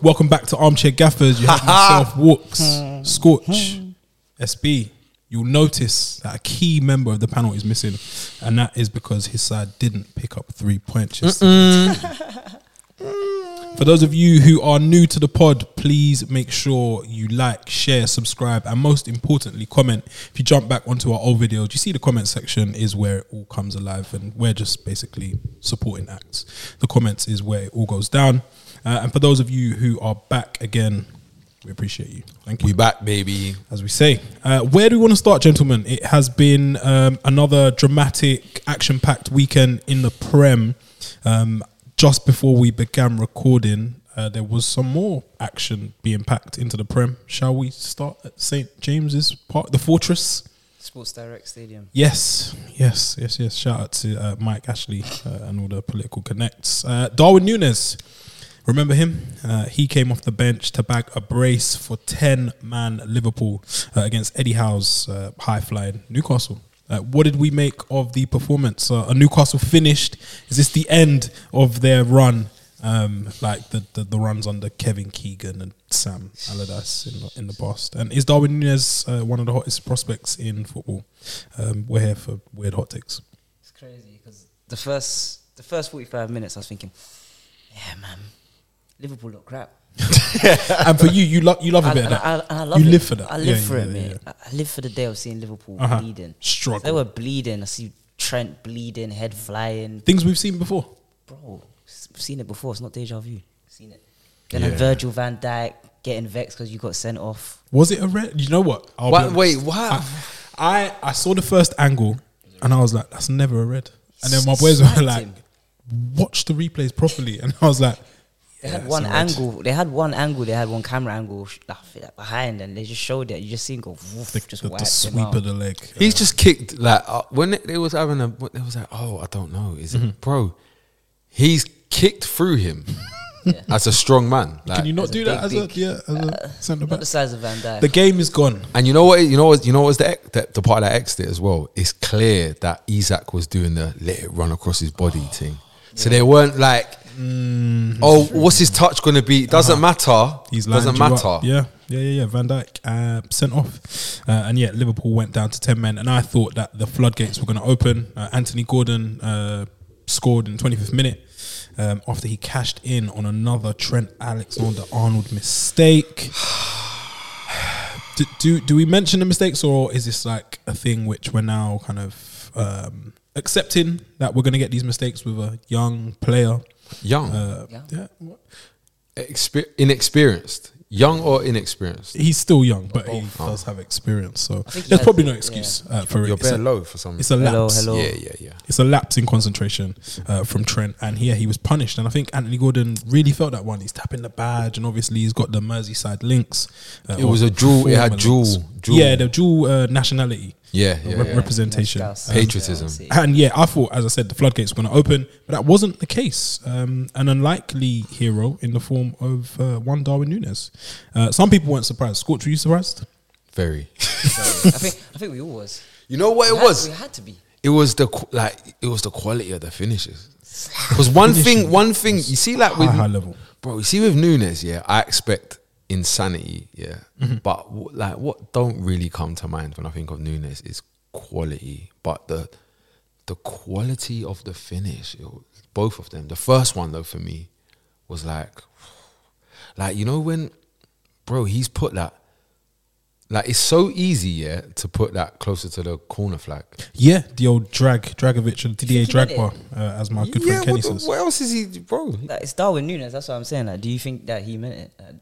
Welcome back to Armchair Gaffers. You have myself, Walks, Scorch, SB. You'll notice that a key member of the panel is missing, and that is because his side didn't pick up three points. yesterday. For those of you who are new to the pod, please make sure you like, share, subscribe, and most importantly, comment. If you jump back onto our old videos, you see the comment section is where it all comes alive, and we're just basically supporting acts. The comments is where it all goes down. Uh, and for those of you who are back again, we appreciate you. Thank you We back, baby. as we say. Uh, where do we want to start, gentlemen? It has been um, another dramatic, action packed weekend in the Prem. Um, just before we began recording, uh, there was some more action being packed into the Prem. Shall we start at St. James's Park, the Fortress? Sports Direct Stadium. Yes, yes, yes, yes. Shout out to uh, Mike Ashley uh, and all the political connects. Uh, Darwin Nunes, remember him? Uh, he came off the bench to bag a brace for 10 man Liverpool uh, against Eddie Howe's uh, high flying Newcastle. Uh, what did we make of the performance? Uh, are Newcastle finished? Is this the end of their run? Um, like the, the, the runs under Kevin Keegan and Sam Allardyce in the, in the past, and is Darwin Nunez uh, one of the hottest prospects in football? Um, we're here for weird hot takes. It's crazy because the first the first forty five minutes, I was thinking, yeah, man, Liverpool look crap. and for you, you love you love a I, bit of and that. I- and I love you it. live for that. I live Yeah, for yeah, it, yeah, mate. I- I live for the day of seeing Liverpool Uh-huh. bleeding. Struggle. They were bleeding. I see Trent bleeding, head flying. Things we've seen before. Bro, s- seen it before. It's not deja vu. Seen it. Then Yeah. Virgil Van Dijk getting vexed because you got sent off. Was it a red? You know what? I'll be What- honest. wait, what? I, I I saw the first angle, and I was like, "That's never a red." And then my boys Sniped were like, him. "Watch the replays properly," and I was like, They "Yeah, had it's one a red." angle. They had one angle. They had one camera angle sh- like, like, behind, and they just showed it. You just seen go woof, The, just the, wiped the him sweep out. of the leg. He's just kicked like uh, when it, it was having a. It was like, oh, I don't know. Is Mm-hmm. it, bro? He's kicked through him Yeah. as a strong man. Like, Can you not There's a do that as big, a big, yeah as a centre Not back? the size of Van Dijk. The game is gone. And you know what? You know what? You know what's the, ex- the the part that exit as well. It's clear that Isaac was doing the let it run across his body Oh, thing. So they weren't like, oh, what's his touch going to be? Doesn't matter. Mm. Uh-huh. He's lined doesn't you up. matter. Yeah, yeah, yeah, yeah. Van Dyke uh, sent off, uh, and yeah, Liverpool went down to ten men, and I thought that the floodgates were going to open. Uh, Anthony Gordon uh, scored in twenty fifth minute um, after he cashed in on another Trent Alexander Arnold mistake. do, do do we mention the mistakes, or is this like a thing which we're now kind of um, accepting that we're going to get these mistakes with a young player? Young, Uh, Yeah. yeah, what- Exper- inexperienced, young or inexperienced. he's still young, but he Both. does have experience. So think he there's has- probably no excuse uh, for it. Oh. You're It's bare a, low for some it's a lapse. Hello, hello. Yeah, yeah, yeah. It's a lapse in concentration uh, from Trent, and here he was punished. And I think Anthony Gordon really felt that one. He's tapping the badge, and obviously he's got the Merseyside links. uh, It or was a dual- it had former dual- links. dual- Yeah, the dual uh, nationality. Yeah, yeah, rep- yeah. representation. That's- Patriotism. that's it. And yeah, I thought, as I said, the floodgates were going to open, but that wasn't the case. Um, an unlikely hero in the form of uh, one Darwin Nunes. Uh, some people weren't surprised. Scorch, were you surprised? Very. I think I think we all was. You know what it We had- was? We had to be. It was the qu- like it was the quality of the finishes. Because one thing, one thing you see, like High, with high level. bro, you see with Nunes, yeah, I expect insanity, yeah. Mm-hmm. But w- like, what don't really come to mind when I think of Nunes is quality, but the the quality of the finish, it was- both of them. The first one though for me was like, like you know when, bro, he's put that. Like it's so easy, yeah, to put that closer to the corner flag. Yeah, the old drag, Dragovic and Didier Think he meant Dragba, uh, as my good yeah, friend Kenny what, the- says. what else is he, bro? Like, it's Darwin Nunes. That's what I'm saying. Like, do you think that he meant it uh,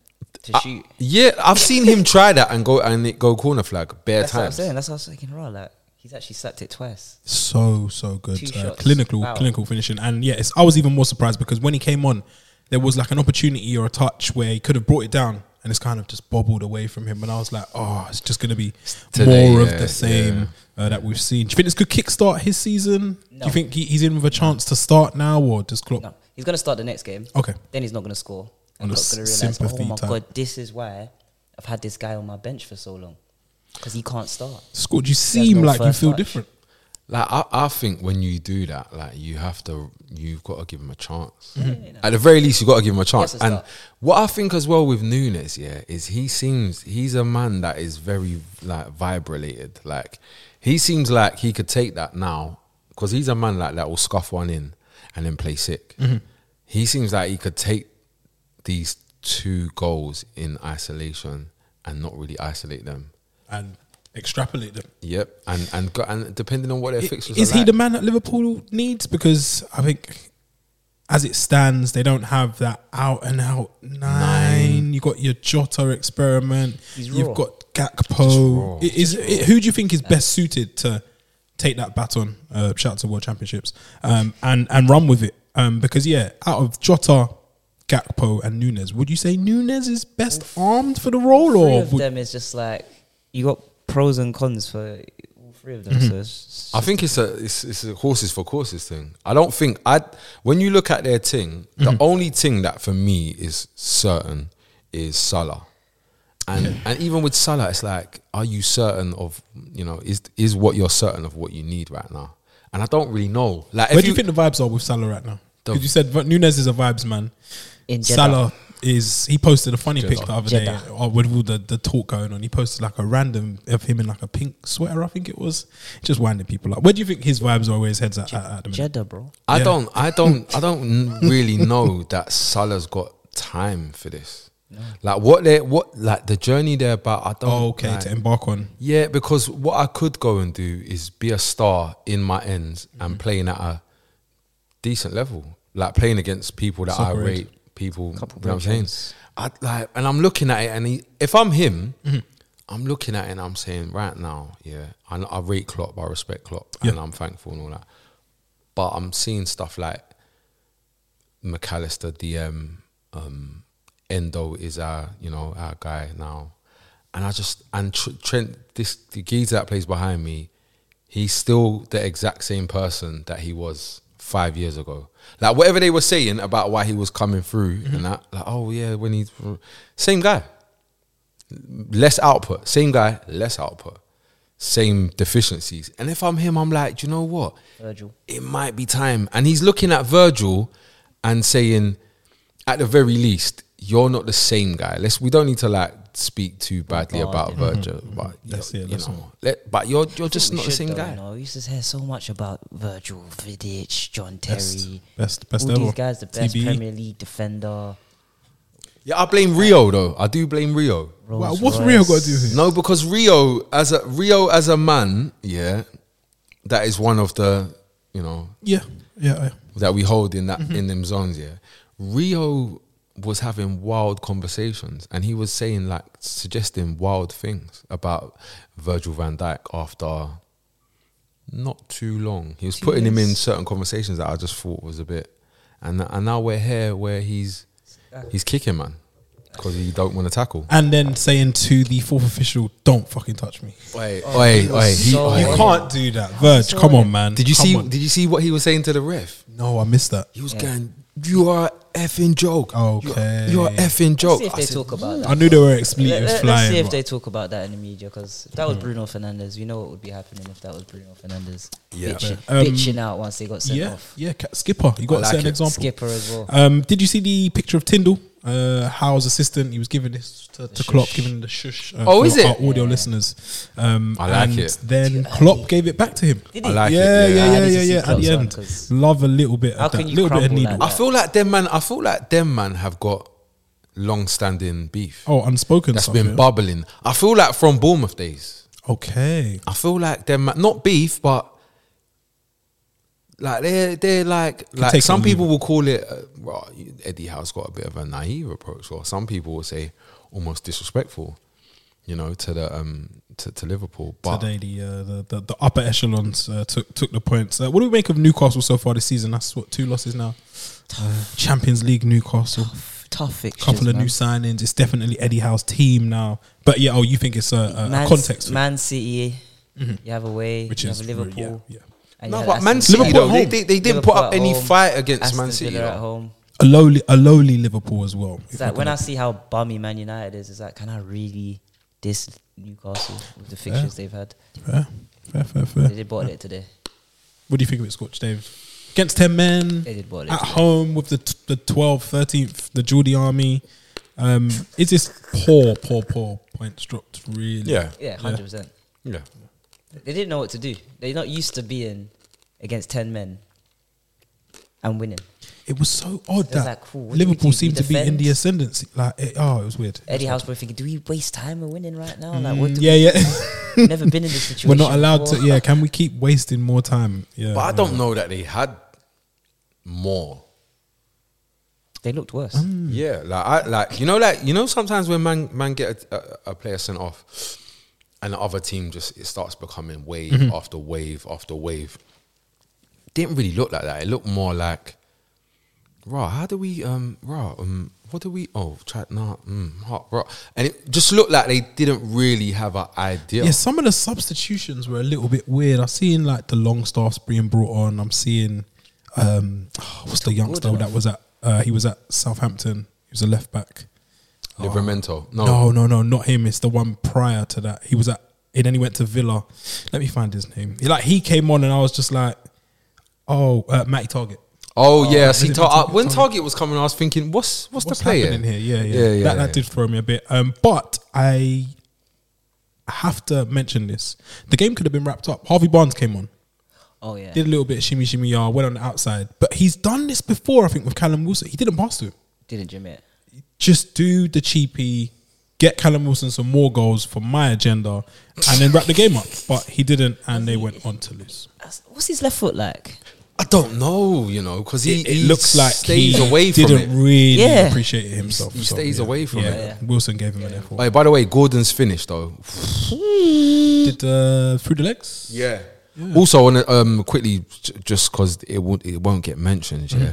to I- shoot? yeah, I've seen him try that and go and it go corner flag bare That's what I'm times. saying. That's what I was thinking. Right, like he's actually sacked it twice. So so good, Two uh, shots. clinical Wow. clinical finishing, and yeah, it's, I was even more surprised because when he came on, there was like an opportunity or a touch where he could have brought it down, and it's kind of just bobbled away from him, and I was like, oh, it's just gonna be Today, more of yeah, the same uh, that we've seen. Do you think this could kickstart his season? Do No. you think he, he's in with a chance to start now, or does Klopp? No, he's gonna start the next game. Oh. Okay, Then he's not gonna score. On And a Klopp's gonna s- realize, oh sympathy my type. god, this is why I've had this guy on my bench for so long because he can't start. Scored. You seem no like you first feel touch. different. Like I, I think when you do that, like you have to, you've got to give him a chance. Mm-hmm. At the very least, you've got to give him a chance. Yes, it's and that. what I think as well with Nunes, yeah, is he seems he's a man that is very like vibrated. Like he seems like he could take that now because he's a man like that will scuff one in and then play sick. Mm-hmm. He seems like he could take these two goals in isolation and not really isolate them. and extrapolate them. Yep, and and go, and depending on what their fixtures Is are he like- the man that Liverpool needs? Because I think, as it stands, they don't have that out and out nine. You got your Jota experiment. He's raw. You've got raw. Gakpo. It is it, who do you think is best suited to take that baton? Uh, shout out to World Championships um, and and run with it. Um, because yeah, out of Jota. Gakpo and Nunes. Would you say Nunes is best armed for the role, Three or of would, them is just like you got pros and cons for all three of them. Mm-hmm. So it's I think it's a it's, it's a horses for courses thing. I don't think I when you look at their thing, Mm-hmm. the only thing that for me is certain is Salah. And and even with Salah, it's like, are you certain of you know is is what you're certain of what you need right now? And I don't really know. Like, where if do you think the vibes are with Salah right now? The- Because you said but Nunes is a vibes man. in general, Salah is he posted a funny pic Jeddah. the other Jeddah. day uh, with all the, the talk going on. He posted like a random of him in like a pink sweater, I think it was. Just winding people up. Where do you think his vibes are where his head's at, at, at the minute? Jeddah, bro. I Yeah. don't, I don't, I don't really know that Salah's got time for this. Like what they, what like the journey they're about. I don't. Oh, okay, like- to embark on. yeah, because what I could go and do is be a star in my ends and playing at a decent level, like playing against people that Soccer I age. rate. People, you know Couple what I'm saying? brilliants. I like, and I'm looking at it, and he, if I'm him, I'm looking at it, and I'm saying right now, yeah, I, I rate Klopp, I respect Klopp, and Yeah. I'm thankful and all that. But I'm seeing stuff like McAllister, DM, um, Endo is our, you know, our guy now. And I just, and Tr- Trent, this, the geezer that plays behind me, he's still the exact same person that he was five years ago. Like, whatever they were saying about why he was coming through and that, like, oh yeah, when he's, same guy. Less output. Same guy, less output. Same deficiencies. And if I'm him, I'm like, "Do you know what? Virgil. it might be time. And he's looking at Virgil and saying, at the very least, you're not the same guy. Let's we don't need to like speak too badly God, about Virgil, but That's you, it, you that's know, let, but you're you're just We not the should same though, guy. You know, we used to hear so much about Virgil, Vidic, John Terry. Best, best, best all ever. E. these guys, the best TBE. Premier League defender. Yeah, I blame Rio though. I do blame Rio. Wow, Rolls what's Royce. Rio got to do with it? No, because Rio as a Rio as a man, yeah, that is one of the you know Yeah, yeah, yeah. that we hold in that Mm-hmm. in them zones, yeah. Rio was having wild conversations and he was saying like suggesting wild things about Virgil van Dijk after not too long. He was Two putting him in years. certain conversations that I just thought was a bit and and now we're here where he's he's kicking man because he don't want to tackle. And then saying to the fourth official, "Don't fucking touch me." Wait, he wait, was wait. He, so- oi. You yeah. can't do that, Verge. Sorry. Come on, man. Did you Come see on. did you see what he was saying to the ref? No, I missed that. He was Yeah. going, "You are a effing joke. You're- Okay. you're, a effing joke." Let's see if I they said, talk about that. I knew there were Let, expletives us flying. see if but- they talk about that in the media because that was Bruno Fernandez. We know what would be happening if that was Bruno Fernandez Yeah. bitching, Um, bitching out once they got sent yeah, off. yeah. Ca- Skipper, you got to like set an it. example. Skipper as well. Um, did you see the picture of Tyndall, uh, Howe's assistant? He was giving this to, to Klopp, shush. giving the shush. Uh, Oh, for is it? Our audio listeners. Um, I like and it. Then Klopp gave it back to him. Did I he? like yeah, it. yeah, I yeah, need to yeah, see yeah. At Klopp's the one, end, 'cause love a little bit. How of that, can you little bit of crumble needle. like I feel like them man. I feel like them man have got long-standing beef Oh, unspoken. that's stuff, been yeah. bubbling. I feel like from Bournemouth days. okay. I feel like them man, not beef, but like they're they're like take like it some or leave people will call it. Uh, well, Eddie Howe's got a bit of a naive approach, or some people will say almost disrespectful. You know, to the um to, to Liverpool, but Today, the, uh, the the the upper echelons uh, took took the points. Uh, what do we make of Newcastle so far this season? That's what two losses now. Uh, Champions League, Newcastle. Tough fixtures. couple of man. new signings. It's definitely Eddie Howe's team now. But yeah, oh, you think it's a, a, a Man- context, Mm-hmm. Man City. You have away. which you is have Liverpool. Yeah, yeah. and no, you have but Man Aston City Liverpool though at they, home. they, they didn't Liverpool put up at any home, fight against Aston Man City. Villa though. at home. a lowly a lowly Liverpool as well. It's like when I see how bummy Man United is, it's like, can I really diss Newcastle with the fixtures they've had? fair, fair, fair, They fair. did bottle it today. What do you think of it, Scorch, Dave? Against 10 men, They did well, they at did. home with the, t- the 12th, 13th, the Geordie army. Um, is this poor, poor, poor points dropped, really? Yeah. Yeah, hundred percent. Yeah. They didn't know what to do. They're not used to being against ten men and winning. It was so odd It was that like, cool, what do we do? Liverpool We seemed to be in defend? the ascendancy. Like, it, oh, it was weird. Eddie Houseboy thinking, do we waste time on winning right now? Like, what Mm, do yeah, yeah. we, never been in this situation. We're not allowed to. before. Yeah, can we keep wasting more time? Yeah, But I yeah. don't know that they had more. They looked worse. Mm. Yeah, like I like you know, like you know, sometimes when man man get a, a, a player sent off, and the other team just it starts becoming wave after wave after wave. Didn't really look like that. It looked more like, raw. How do we um raw um what do we oh try nah mm, hot raw and it just looked like they didn't really have an idea. Yeah, some of the substitutions were a little bit weird. I'm seeing like the long staffs being brought on. I'm seeing um what's the youngster that was at uh he was at Southampton. He was a left back. Livramento. No, No, no, no, not him. It's the one prior to that. He was at and then he went to Villa. Let me find his name. He, like he came on and I was just like, Oh, uh, Matty Target. Oh, yeah, is see, it Tar- Target? when Target. Target was coming, I was thinking, what's what's, What's the player happening here? Yeah, yeah. yeah, that yeah, yeah. that did throw me a bit. Um, but I have to mention this. The game could have been wrapped up. Harvey Barnes came on. Oh yeah. Did a little bit of shimmy shimmy yard, went on the outside. But he's done this before, I think, with Callum Wilson. He didn't pass to him. Didn't Jim it? Just do the cheapy, get Callum Wilson some more goals for my agenda, and then wrap the game up. But he didn't, and they went on to lose. That's- What's his left foot like? I don't know, you know, because he, It, he it looks like stays he away from didn't it. really Yeah. appreciate it himself. He So, stays yeah. away from Yeah. it. Yeah. Wilson gave him an effort. Hey, by the way, Gordon's finished though. Did uh, through the legs? Yeah. Also, on a- um, quickly, j- just because it won't it won't get mentioned. Yeah. Mm-hmm.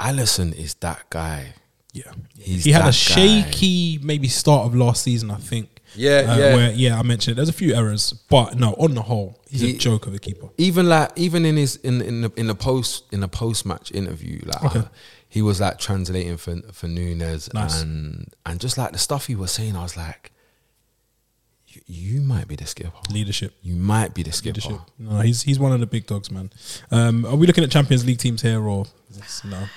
Allison is that guy. Yeah. He's he had that a guy. shaky maybe start of last season, I think. Yeah, uh, yeah. Where, yeah, I mentioned there's a few errors, but no, on the whole, he's a He- joke of a keeper. Even like even in his in in the, in the post in the post match interview, like Okay. he was like translating for for Nunes Nice. and and just like the stuff he was saying, I was like, you, you might be the skipper. Leadership. You might be the skipper. Leadership. No, he's he's one of the big dogs, man. Um, are we looking at Champions League teams here or no? A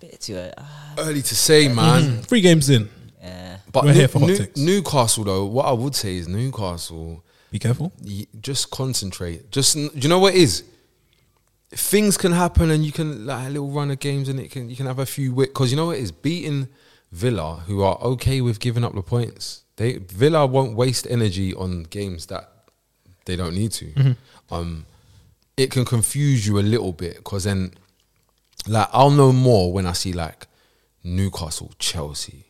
bit too. Uh, Early to say, man. Three games in. yeah. But Mm. We're New- here for hot New- takes. Newcastle, though, what I would say is Newcastle, Be careful. y- just concentrate. Just n- do you know what it is? Things can happen, and you can like a little run of games, and it can you can have a few wit because you know what it is beating Villa, who are okay with giving up the points. They Villa won't waste energy on games that they don't need to. Mm-hmm. Um, it can confuse you a little bit because then, like, I'll know more when I see like Newcastle, Chelsea.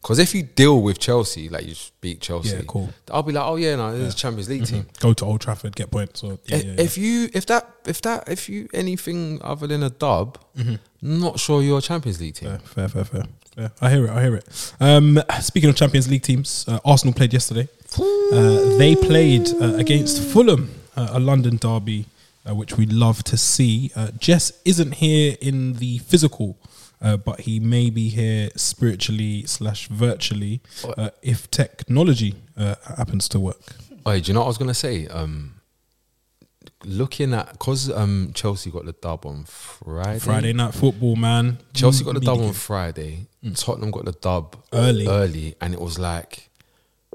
Because if you deal with Chelsea, like you just beat Chelsea, Yeah, cool. I'll be like, oh yeah, no, it's Champions League team. Go to Old Trafford, get points. Or, Mm-hmm. yeah, If- yeah, yeah. If you if that if that if you anything other than a dub, Mm-hmm. not sure you're a Champions League team. Fair, fair, fair, fair. fair. I hear it. I hear it. Um, speaking of Champions League teams, uh, Arsenal played yesterday. Uh, they played uh, against Fulham, uh, a London derby, uh, which we love to see. Uh, Jess isn't here in the physical. Uh, but he may be here spiritually slash virtually uh, if technology uh, happens to work. Oh, do you know what I was gonna say? Um, looking at because um Chelsea got the dub on Friday. Friday night football, man. Chelsea got the dub on Mediocre. Friday. Tottenham got the dub Mm. Early. early, and it was like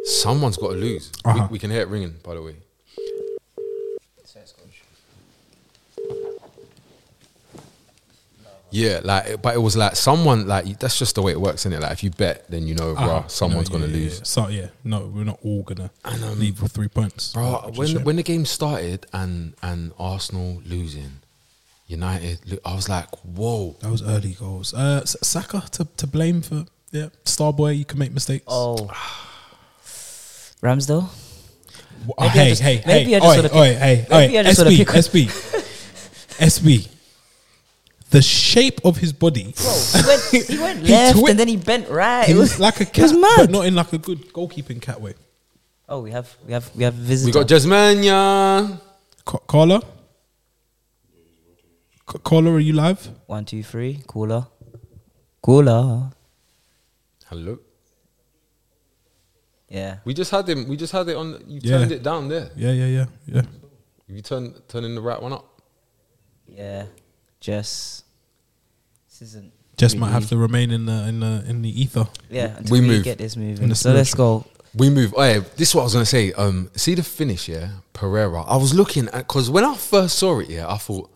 someone's got to lose. We- Uh-huh. We, can hear it ringing, by the way. Yeah, like, but it was like someone like that's just the way it works, isn't it? Like, if you bet, then you know, Uh-huh. bruh, someone's No, yeah, gonna yeah, lose. yeah. So yeah, no, we're not all gonna leave with three points. Bro, Which is a when shame. when the game started and and Arsenal losing, United, lo- I was like, whoa. That was early goals. Uh, S- Saka to, to blame for yeah. Starboy, you can make mistakes. Oh. Ramsdale. W- maybe I Oh, hey, just- hey, maybe hey, I just oi, wanna pick- oi, hey, maybe oi, I just wanna SB, pick- SB, SB. The shape of his body, Bro, he went, he went He left twi- and then he bent right. he It was like a It cat, was but mad. not in like a good goalkeeping cat way. oh, we have we have we have We visitors. got Jasmania. Ca- Carla, Ca- Carla, are you live? One, two, three. Cooler. Cooler. Hello. Yeah. We just had him. We just had it on. You Yeah. turned it down there. Yeah, yeah, yeah, yeah. You turn turning the right one up. Yeah, Jess. This isn't. Just really- might have to remain in the in the in the ether. Yeah, until We we, move. get this In moving. the So let's go. We move. Oh, yeah, this is what I was gonna say. Um, see the finish, yeah, Pereira. I was looking at because when I first saw it, yeah, I thought,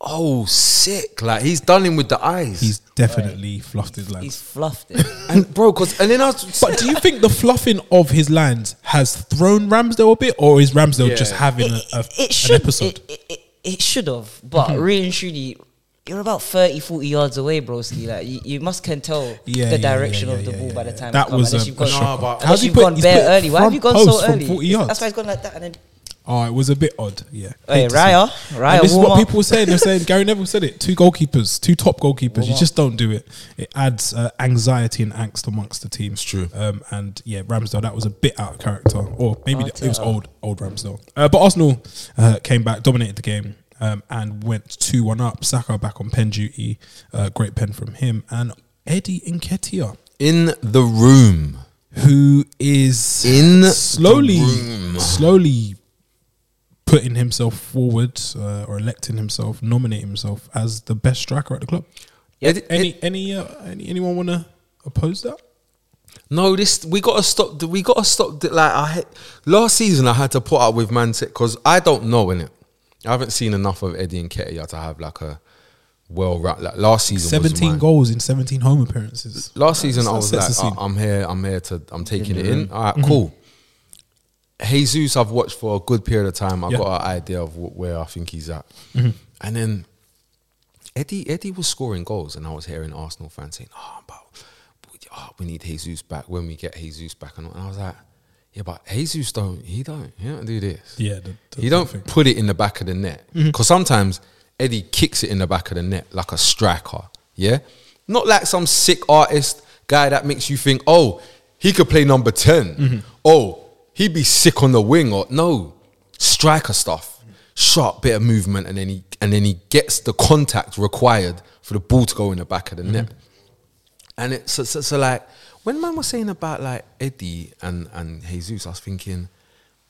oh, sick! Like he's done him with the eyes. He's definitely fluffed his He's lines. fluffed it. and bro, because and then I was. But do you think the fluffing of his lines has thrown Ramsdale a bit, or is Ramsdale Yeah. just having a, a, it an should, episode? Mm-hmm. It, it, it, it should have, but really and truly, you're about 30, 40 yards away, broski. Like you, you must can tell Yeah, the yeah, yeah, direction yeah, of the yeah, ball yeah, by the yeah. time That it comes. was unless a- you've a gone, shocker. Nah, but- unless How's he you've put- gone he's bare put early. Why have you front gone so post from early? 40 yards. That's why he's gone like that. And then Oh, it was a bit odd. Yeah. Hey, Hate to Raya, see. Raya, And this is warm what up. people were saying. They're saying Gary Neville said it. Two goalkeepers, two top goalkeepers. you up. just don't do it. It adds uh, anxiety and angst amongst the team. It's true. Um, and yeah, Ramsdale, that was a bit out of character, or maybe it was Arteta. old, old Ramsdale. Uh, but Arsenal uh, came back, dominated the game. Um, and went 2 1 up. Saka back on pen duty. Uh, great pen from him. And Eddie Nketiah, in the room. who is In the slowly, room. slowly putting himself forward uh, or electing himself, nominating himself as the best striker at the club. It- Any, it- any, uh, any, anyone want to oppose that? no, this we gotta stop. th- We gotta stop. th- Like I had, last season, I had to put up with Man City because I don't know in it. I haven't seen enough of Eddie and Ketia to have like a well. Like last season, was Seventeen mine. goals in seventeen home appearances. Last season, That I was sets the like, uh, scene. I- I'm here, I'm here to, I'm taking it in. All right, cool. Jesus, I've watched for a good period of time. I Yeah. got an idea of wh- where I think he's at. And then Eddie, Eddie was scoring goals, and I was hearing Arsenal fans saying, "Oh, but oh, we need Jesus back when we get Jesus back." And I was like, "Yeah, but Jesus don't. He don't. He don't do this. yeah, the, the, He the thing. don't put it in the back of the net because sometimes Eddie kicks it in the back of the net like a striker. Yeah, not like some sick artist guy that makes you think, oh, he could play number 10 Oh, he'd be sick on the wing or no striker stuff, sharp bit of movement, and then he and then he gets the contact required for the ball to go in the back of the net. And it's so, so, so like when man was saying about like Eddie and and Jesus, I was thinking,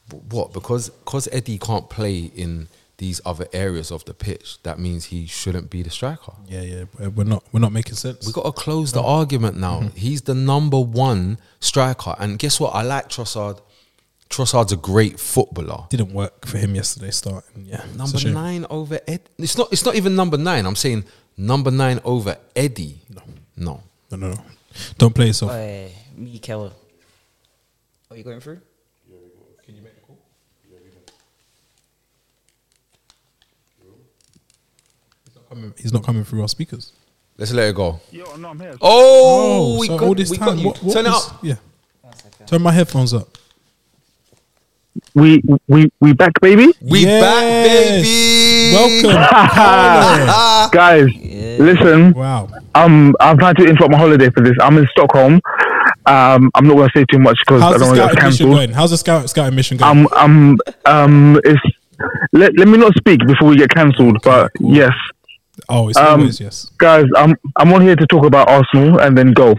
w- what because because Eddie can't play in these other areas of the pitch, that means he shouldn't be the striker. Yeah, yeah, we're- we're not we're not making sense. We got to close the argument now. Mm-hmm. He's the number one striker, and guess what? I like Trossard. Trossard's a great footballer. Didn't work for him yesterday. Starting, yeah, it's a Number shame. nine over Ed. It's not. It's not even number nine. I'm saying number nine over Eddie. No, no. No, no, no. Don't play yourself. Oi, Mikel. Are you going through? He's not coming through our speakers. Let's let it go. Yo, no, I'm here. Oh, we so got, all this we time. got you. What, what Turn it was- up. Yeah, turn my headphones up. We we we back, baby. We back, baby. Welcome, Carlo. Guys, listen. Wow. Um, I've had to interrupt my holiday for this. I'm in Stockholm. Um, I'm not gonna say too much because I How's don't the want to get scouting mission cancelled. going? How's the scout scouting mission going? Um, um, um, it's let, let me not speak before we get cancelled. But yes, oh, it's um, always yes. guys, I'm I'm on here to talk about Arsenal and then go.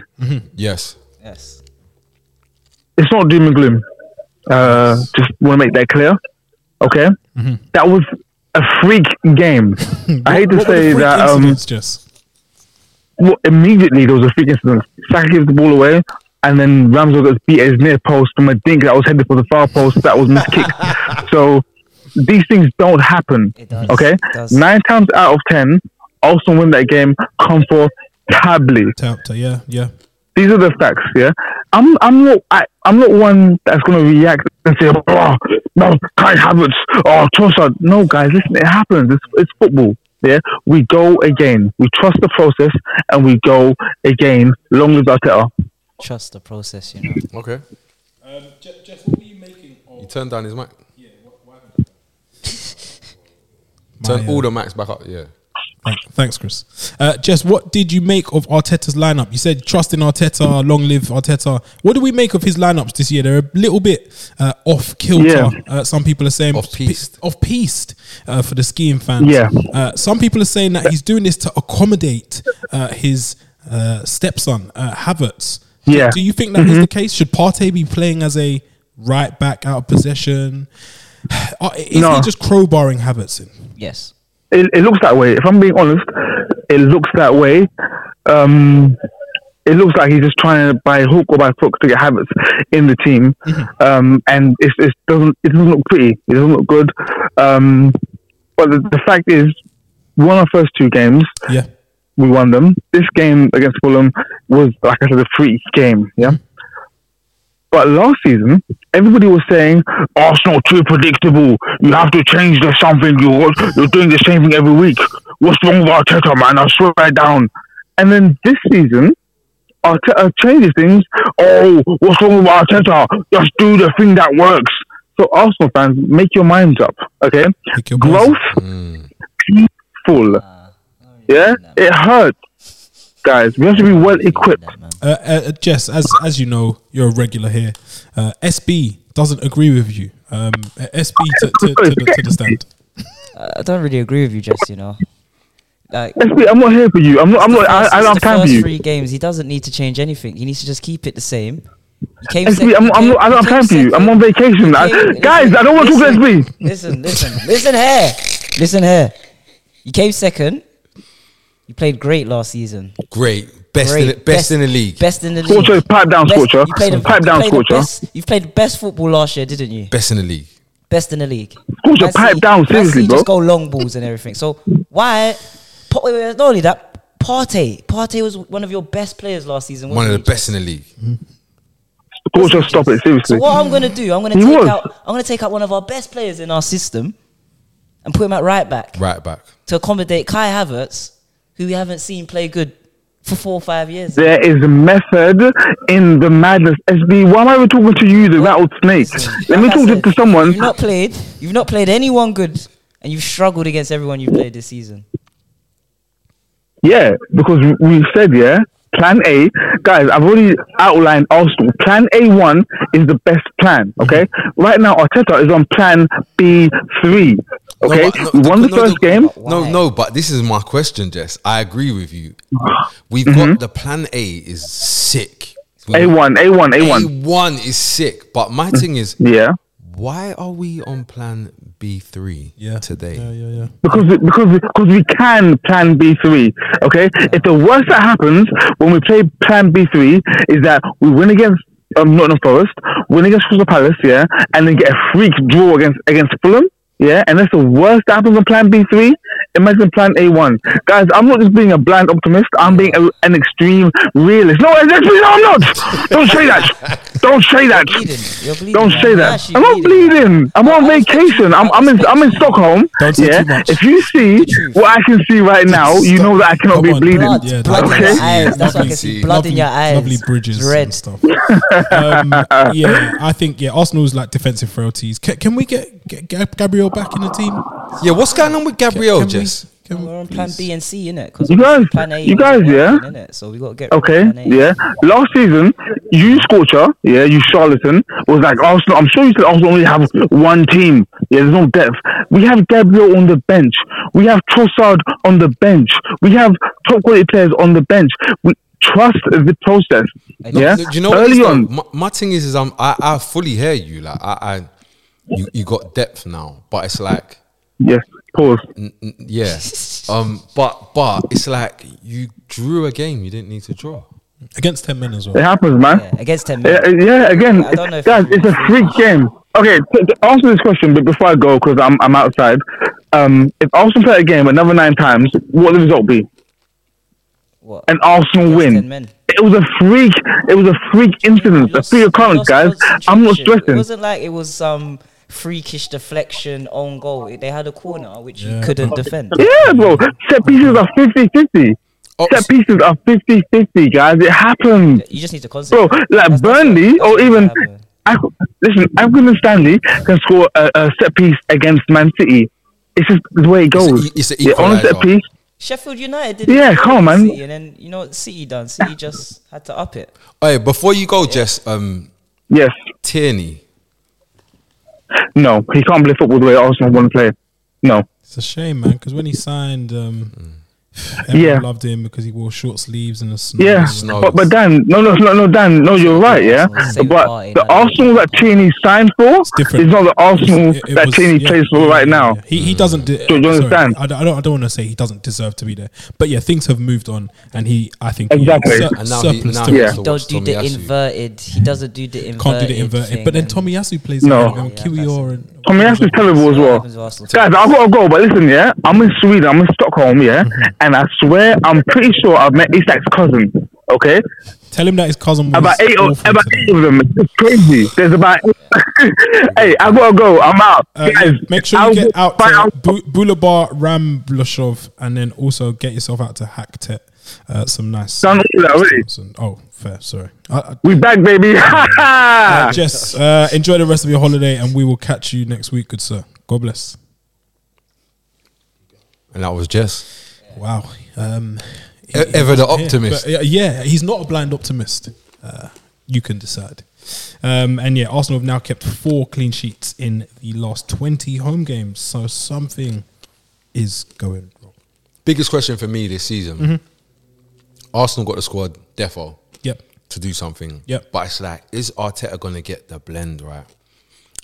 Yes. Yes. It's not doom and gloom. Uh, just want to make that clear. Okay, Mm-hmm. that was a freak game. I hate What to were the say freak that. Um, incidents, Jess? well, immediately there was a freak incident. Saka gives the ball away, and then Ramsdale gets beat at his near post from a dink that was headed for the far post that was miskicked. so these things don't happen. It does. Okay, It does. nine times out of ten, Arsenal win that game comfortably. Tap, tap, yeah, yeah. These are the facts. Yeah, I'm I'm not I, I'm not one that's gonna react and say, oh no, Kai Havertz, oh Trossard. No, guys, listen, it happens. It's it's football. Yeah, we go again. We trust the process and we go again. Long live Arteta. Trust the process, you know. Okay. Um, Jess, what were you making You of? turn down his mic. My, Turn uh, all the mics back up. Yeah. Thank- Thanks, Chris. Uh, Jess, what did you make of Arteta's lineup? You said trust in Arteta, long live Arteta. What do we make of his lineups this year? They're a little bit uh, off kilter. Yeah. Uh, some people are saying Off-piste. off piste uh, for the skiing fans. Yeah. Uh, some people are saying that he's doing this to accommodate uh, his uh, stepson uh, Havertz. Do- Yeah. Mm-hmm. Do you think that is the case? Should Partey be playing as a right back out of possession? Uh, is No. he just crowbarring Havertz in? Yes. it, it looks that way. If I'm being honest, it looks that way. Um, it looks like he's just trying to by hook or by crook to get habits in the team, um, and it, it doesn't it doesn't look pretty. It doesn't look good. Um, but the, the fact is, we won our first two games. Yeah. We won them. This game against Fulham was, like I said, a freak game. Yeah. But last season, everybody was saying Arsenal too predictable. You have to change the something. You you're doing the same thing every week. What's wrong with Arteta, man? I swear it down. And then this season, Arteta changes things. Oh, what's wrong with Arteta? Just do the thing that works. So Arsenal fans, make your minds up. Okay, Pick your growth, poison. full. Yeah, it hurts, guys. We have to be well equipped. Uh, uh, Jess, as as you know, you're a regular here. Uh, SB doesn't agree with you. Um, uh, SB to, to, to, the, to the stand. I I don't really agree with you, Jess, you know. Like, Let's be. I'm not here for you. I'm not. I'm the not. I, first- I it's don't have the time for first you. three games, he doesn't need to change anything. He needs to just keep it the same. He came SB, I'm, I'm, not- I don't have time for you. I'm on vacation. I, guys, I don't want to talk to SB. Listen, listen, listen here. Listen here. You came second. You played great last season. Great. Best, Great. In, the, best, in the league. Best in the league. Scorcher, pipe down, Best- Scorcher. you played the- Pipe you down, played the Scorcher. best- You played the best football last year, didn't you? Best in the league. Best in the league. Scorcher, Man City- pipe down, Man seriously, City bro. Just go long balls and everything. So why? Pa- wait, wait, Not only that, Partey. Partey was one of your best players last season. One of the wasn't he? best in the league. Scorcher, stop it, So seriously. what I'm gonna do? I'm gonna He take was. out. I'm gonna take out one of our best players in our system, and put him at right back Right back. to accommodate Kai Havertz, who we haven't seen play good for four or five years. There is a method in the madness. SB, why am I even talking to you, the rattled snake? Let me Like I talk said, to someone. You've not played. You've not played anyone good, and you've struggled against everyone you've played this season. Yeah, because we- we said, yeah, plan A. Guys, I've already outlined Arsenal. Plan A1 is the best plan, okay? Mm-hmm. Right now, Arteta is on plan B3, okay? but- we won the no, first no, game. No, Why? no, but this is my question, Jess. I agree with you. We've Mm-hmm. got the plan A is sick. We- A1, A1, A1. A1 is sick. But my thing is, Yeah. why are we on plan B3 Yeah. today? Yeah, yeah, yeah. Because we- because we- because we can plan B three. Okay, if the worst that happens when we play plan B three is that we win against um, Nottingham Forest, win against Crystal Palace, yeah, and then get a freak draw against against Fulham, yeah, and that's the worst that happens on plan B three. Imagine plan A one, guys. I'm not just being a blind optimist. I'm being a, an extreme realist. No, actually, no, I'm not. Don't say that. Don't say that. Bleeding. You're bleeding. Don't man. say You're that. actually I'm not bleeding. I'm on I respect vacation. you. I'm, I I'm in respect I'm in you. Stockholm. Don't say yeah. too much. If you see truth. what I can see right now, you know that I cannot Come be on. bleeding. Blood, Yeah, blood in okay. your eyes. That's what I Lovely can see. scene. Blood in your eyes. Lovely bridges Dread. and stuff. um, yeah, I think yeah. Arsenal's like defensive frailties. Can, can we get, get Gab- Gabriel back in the team? Yeah, what's going on with Gabriel, Can we- Jess? can we- We're on plan B and C, innit? 'Cause You guys- plan A you isn't guys, working, yeah? innit? So we got to get. rid of Okay, plan A. yeah. Last season, you scorcher, yeah, you charlatan was like Arsenal. I'm sure you said Arsenal only have one team. Yeah, there's no depth. We have Gabriel on the bench. We have Trossard on the bench. We have top quality players on the bench. We trust the process. do. Yeah, Do you know what it early is, on. though? My, my thing is, is I'm, I, I fully hear you. Like I, I you, you got depth now, but it's like, Yes, pause. n- n- yeah, um, but but it's like you drew a game you didn't need to draw. Against ten men as well. It happens, man. Yeah, against ten Yeah, men. yeah, again, I don't know if guys, you- it's a freak game. Okay, to, to answer this question, but before I go, because I'm, I'm outside, um, if Arsenal play a game another nine times, what would the result be? What? An Arsenal Against win. 10 men. It was a freak. It was a freak incident, a Lost- freak lost occurrence, guys. I'm not concentration. It stressing. wasn't like it was some freakish deflection on goal. They had a corner which you Yeah. couldn't defend. Yeah, bro. Set pieces are 50-50. Oh, Set pieces are 50-50, guys. It happened. You just need to bro, concentrate. like That's- that's what- Burnley that's or what even happened. I, listen, Anthony Stanley can score a, a set piece against Man City. It's e-, just the way it a- goes. it's a yeah, on a set equaliser. piece. Sheffield United did. Yeah, it to come on, man. City, and then you know what City done. City just had to up it. hey, before you go, Jess, um, Yes, Tierney, no, he can't play football the way Arsenal want to play. No, It's a shame, man, because when he signed um, Everyone Yeah. loved him because he wore short sleeves and a snow. Yeah, Snow. but but Dan, no, no, no, no, Dan, no, you're right. Yeah, Say why, but the no. Arsenal that Cheney signed for different. is not the Arsenal It- it that was- Cheney yeah, plays for yeah, right yeah, now. yeah. He, he doesn't. De- Do you sorry, understand? I don't, I don't, want to say he doesn't deserve to be there, but yeah, things have moved on, and he, I think, Exactly. He, sur- And now he- surplus now to he it. has Yeah. to watch Don't do the Tomiyasu. inverted. He doesn't do the inverted. can't do the inverted. thing But then and- Tommy Yasu plays No. him, Yeah, Kiwior and Tomiyasu is terrible as What well. happens with Arsenal? Guys, I've got to go, but listen, yeah, I'm in Sweden, I'm in Stockholm, yeah, and I swear, I'm pretty sure I've met Isak's cousin. Okay, Tell him that his cousin was about eight, of, awful about today. eight of them. It's crazy. There's about. hey, I gotta go. I'm out, Uh, guys. yeah, make sure I'll you get go- out bye, I'll- to Bu- Boulevard Ramblashov and then also get yourself out to Hacktet. Uh, some nice. Done all that already. Oh, fair. Sorry. I, I, We back, baby. Uh, Jess, uh, enjoy the rest of your holiday, and we will catch you next week, good sir. God bless. And that was Jess. Wow. Um, he- E- ever the yeah, optimist. but, uh, yeah, he's not a blind optimist. Uh, you can decide. Um, and yeah, Arsenal have now kept four clean sheets in the last 20 home games, so something is going wrong. Biggest question for me this season. Mm-hmm. Arsenal got the squad, defo, Yep. to do something. Yep. But it's like, is Arteta gonna get the blend right?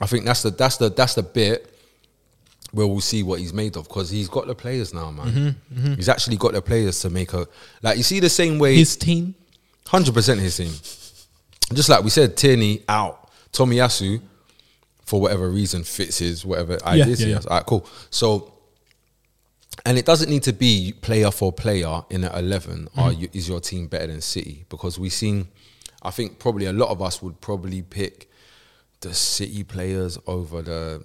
I think that's the that's the that's the bit where we'll see what he's made of because he's got the players now, man. He's actually got the players to make a like you see the same way His team, Hundred percent his team. Just like we said, Tierney out. Tomiyasu, for whatever reason, fits his whatever ideas yeah, he yeah. has. All right, cool. So, and it doesn't need to be player for player in an eleven. Are Mm-hmm. you, is your team better than City? Because we've seen, I think probably a lot of us would probably pick the City players over the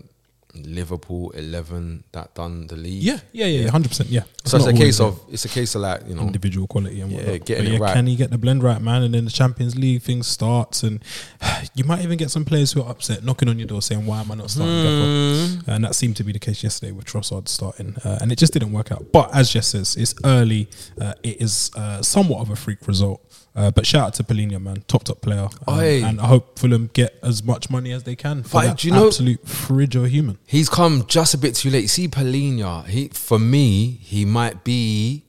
Liverpool eleven that done the league. yeah, yeah, yeah, yeah, 100%. Yeah. So it's not a always case the of it's a case of like you know individual quality and Yeah, whatnot. getting But it right. Can he get the blend right, man? And then the Champions League thing starts, and you might even get some players who are upset, knocking on your door, saying, "Why am I not starting?" Gakpo?" Hmm. And that seemed to be the case yesterday with Trossard starting, uh, and it just didn't work out. But as Jess says, it's early. Uh, it is uh, somewhat of a freak result. Uh, but shout out to Polina, man, top top player, um, Oi. and I hope Fulham get as much money as they can for But that do you know- absolute fridge of human. He's come just a bit too late. See, Polina, he for me, he might be,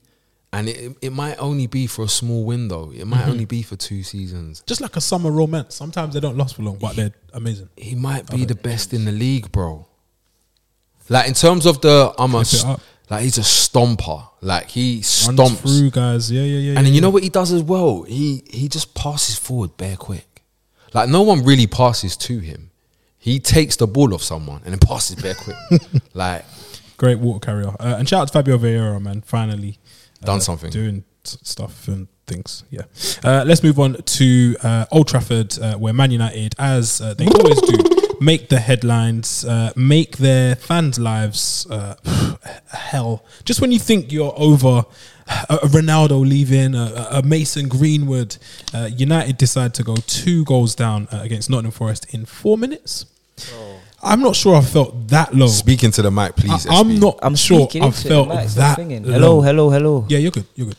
and it, it might only be for a small window. It Mm-hmm. might only be for two seasons. Just like a summer romance, sometimes they don't last for long, but they're amazing. He might be the best in the league, bro. Like in terms of the, I'm a, Flip it st- up. like he's a stomper. Like he Runs stomps, through guys, yeah, yeah, yeah. and yeah, then you know what he does as well. He he just passes forward bare quick. Like no one really passes to him. He takes the ball off someone and then passes bare quick. like Great water carrier. Uh, and shout out to Fabio Vieira, man. Finally uh, Done something. doing s- stuff and things. Yeah. Uh, let's move on to uh, Old Trafford, uh, where Man United, as uh, they always do, make the headlines, uh, make their fans' lives uh, hell. Just when you think you're over. uh, A a Ronaldo leaving, a, a Mason Greenwood. Uh, United decide to go two goals down uh, against Nottingham Forest in four minutes. I'm not sure I felt that low. Speaking to the mic, please. I, am SB. not I'm sure speaking I into it, felt the mic's not that. singing. low. Hello, hello, hello. Yeah, you're good. You're good.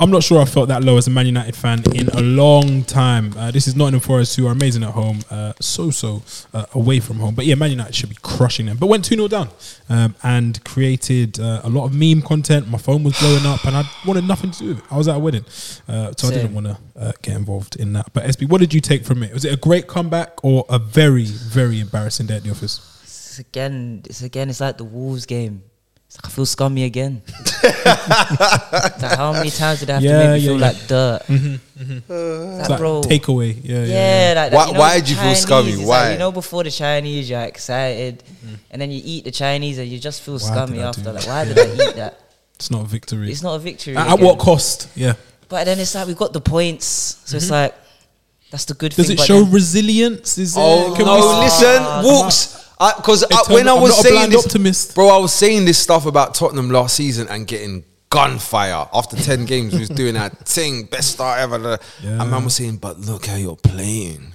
I'm not sure I felt that low as a Man United fan in a long time. Uh, this is Nottingham Forest, who are amazing at home, uh, so so uh, away from home. But yeah, Man United should be crushing them. But went 2 0 down um, and created uh, a lot of meme content. My phone was blowing up and I wanted nothing to do with it. I was at a wedding, uh, so I didn't Same. want to uh, get involved in that. But SB, what did you take from it? Was it a great comeback or a very, very embarrassing day at the office? It's again, it's again, it's like the Wolves game. It's like I feel scummy again. It's like how many times did I have Yeah, to make me yeah, feel yeah. Mm-hmm, like dirt? It's It's like, like bro, takeaway. Yeah, yeah. yeah, yeah. like that. Why- you know, why do you feel Chinese, scummy? it's like, Why? you know, before the Chinese, you're excited, and then you eat the Chinese, and you just feel Mm. Why scummy did I do after. Like, that? why did I eat that? It's not a victory. It's not a victory. At, at again. what cost? Yeah. But then it's like we got the points, so it's like that's the good Mm-hmm. Does thing. it but show then- resilience? Is Oh it, no! Ah, listen, Wolves. Because Eternal- uh, when I I'm was not a saying blind this, optimist. bro, I was saying this stuff about Tottenham last season and getting gunfire after ten games. We was doing that thing, best start ever. blah, blah. Yeah. Hmm. And man was saying, but look how you're playing.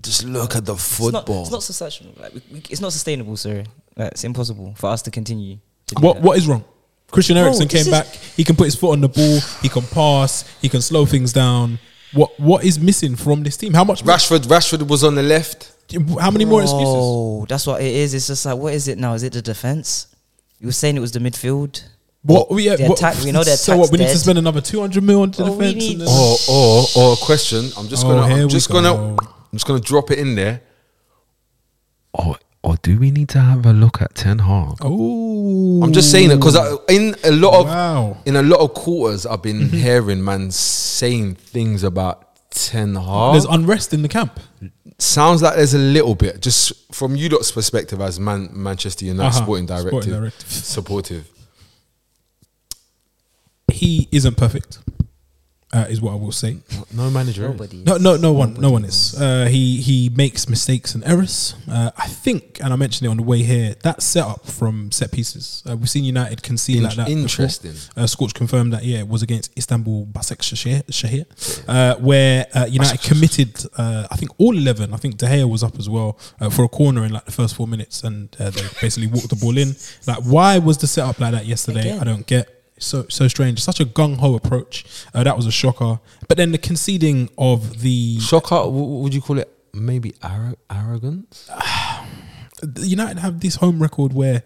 Just look at the it's not, football. it's not sustainable. Like, we, we, it's not sustainable, sir. Like, it's impossible for us to continue. To do What that. what is wrong? Christian Bro, Eriksen this came is- back. He can put his foot on the ball. He can pass. He can slow things down. What what is missing from this team? How much? Rashford, Rashford was on the left. How many more excuses? Oh, that's what it is. It's just like, what is it now? Is it the defense? You were saying it was the midfield. What we yeah, They're what- tax- we know they're so what, we need to tax-dead. spend another two hundred mil on the Well, Oh, we defense. need- and then- Or or or a question. I'm just Oh, gonna here I'm we just go. gonna I'm just gonna drop it in there. Or or Oh, do we need to have a look at Ten Hag? Oh, I'm just saying it because in a lot of Wow. Mm-hmm. in a lot of quarters, I've been hearing man saying things about Ten Hag. there's unrest in the camp. Sounds like there's a little bit just from you lot's perspective as man Manchester United Uh-huh. sporting Sporting directive, directive. supportive. He isn't perfect. Uh, is what I will say. No manager. eh? is. Nobody. No, no, no one, no one is. Uh, he he makes mistakes and errors. Uh, I think, and I mentioned it on the way here. That setup from set pieces, uh, we've seen United concede In- like that. before. interesting. Uh, Scorch confirmed that. Yeah, it was against Istanbul Basak Shahir, Shahir uh, where uh, United committed. Uh, I think all eleven. I think De Gea was up as well uh, for a corner in like the first four minutes, and uh, they basically walked the ball in. Like, why was the setup like that yesterday? Again. I don't don't get. So so strange. Such a gung ho approach. Uh, that was a shocker. But then the conceding of the Shocker, w- w- would you call it maybe arro- arrogance? the United have this home record where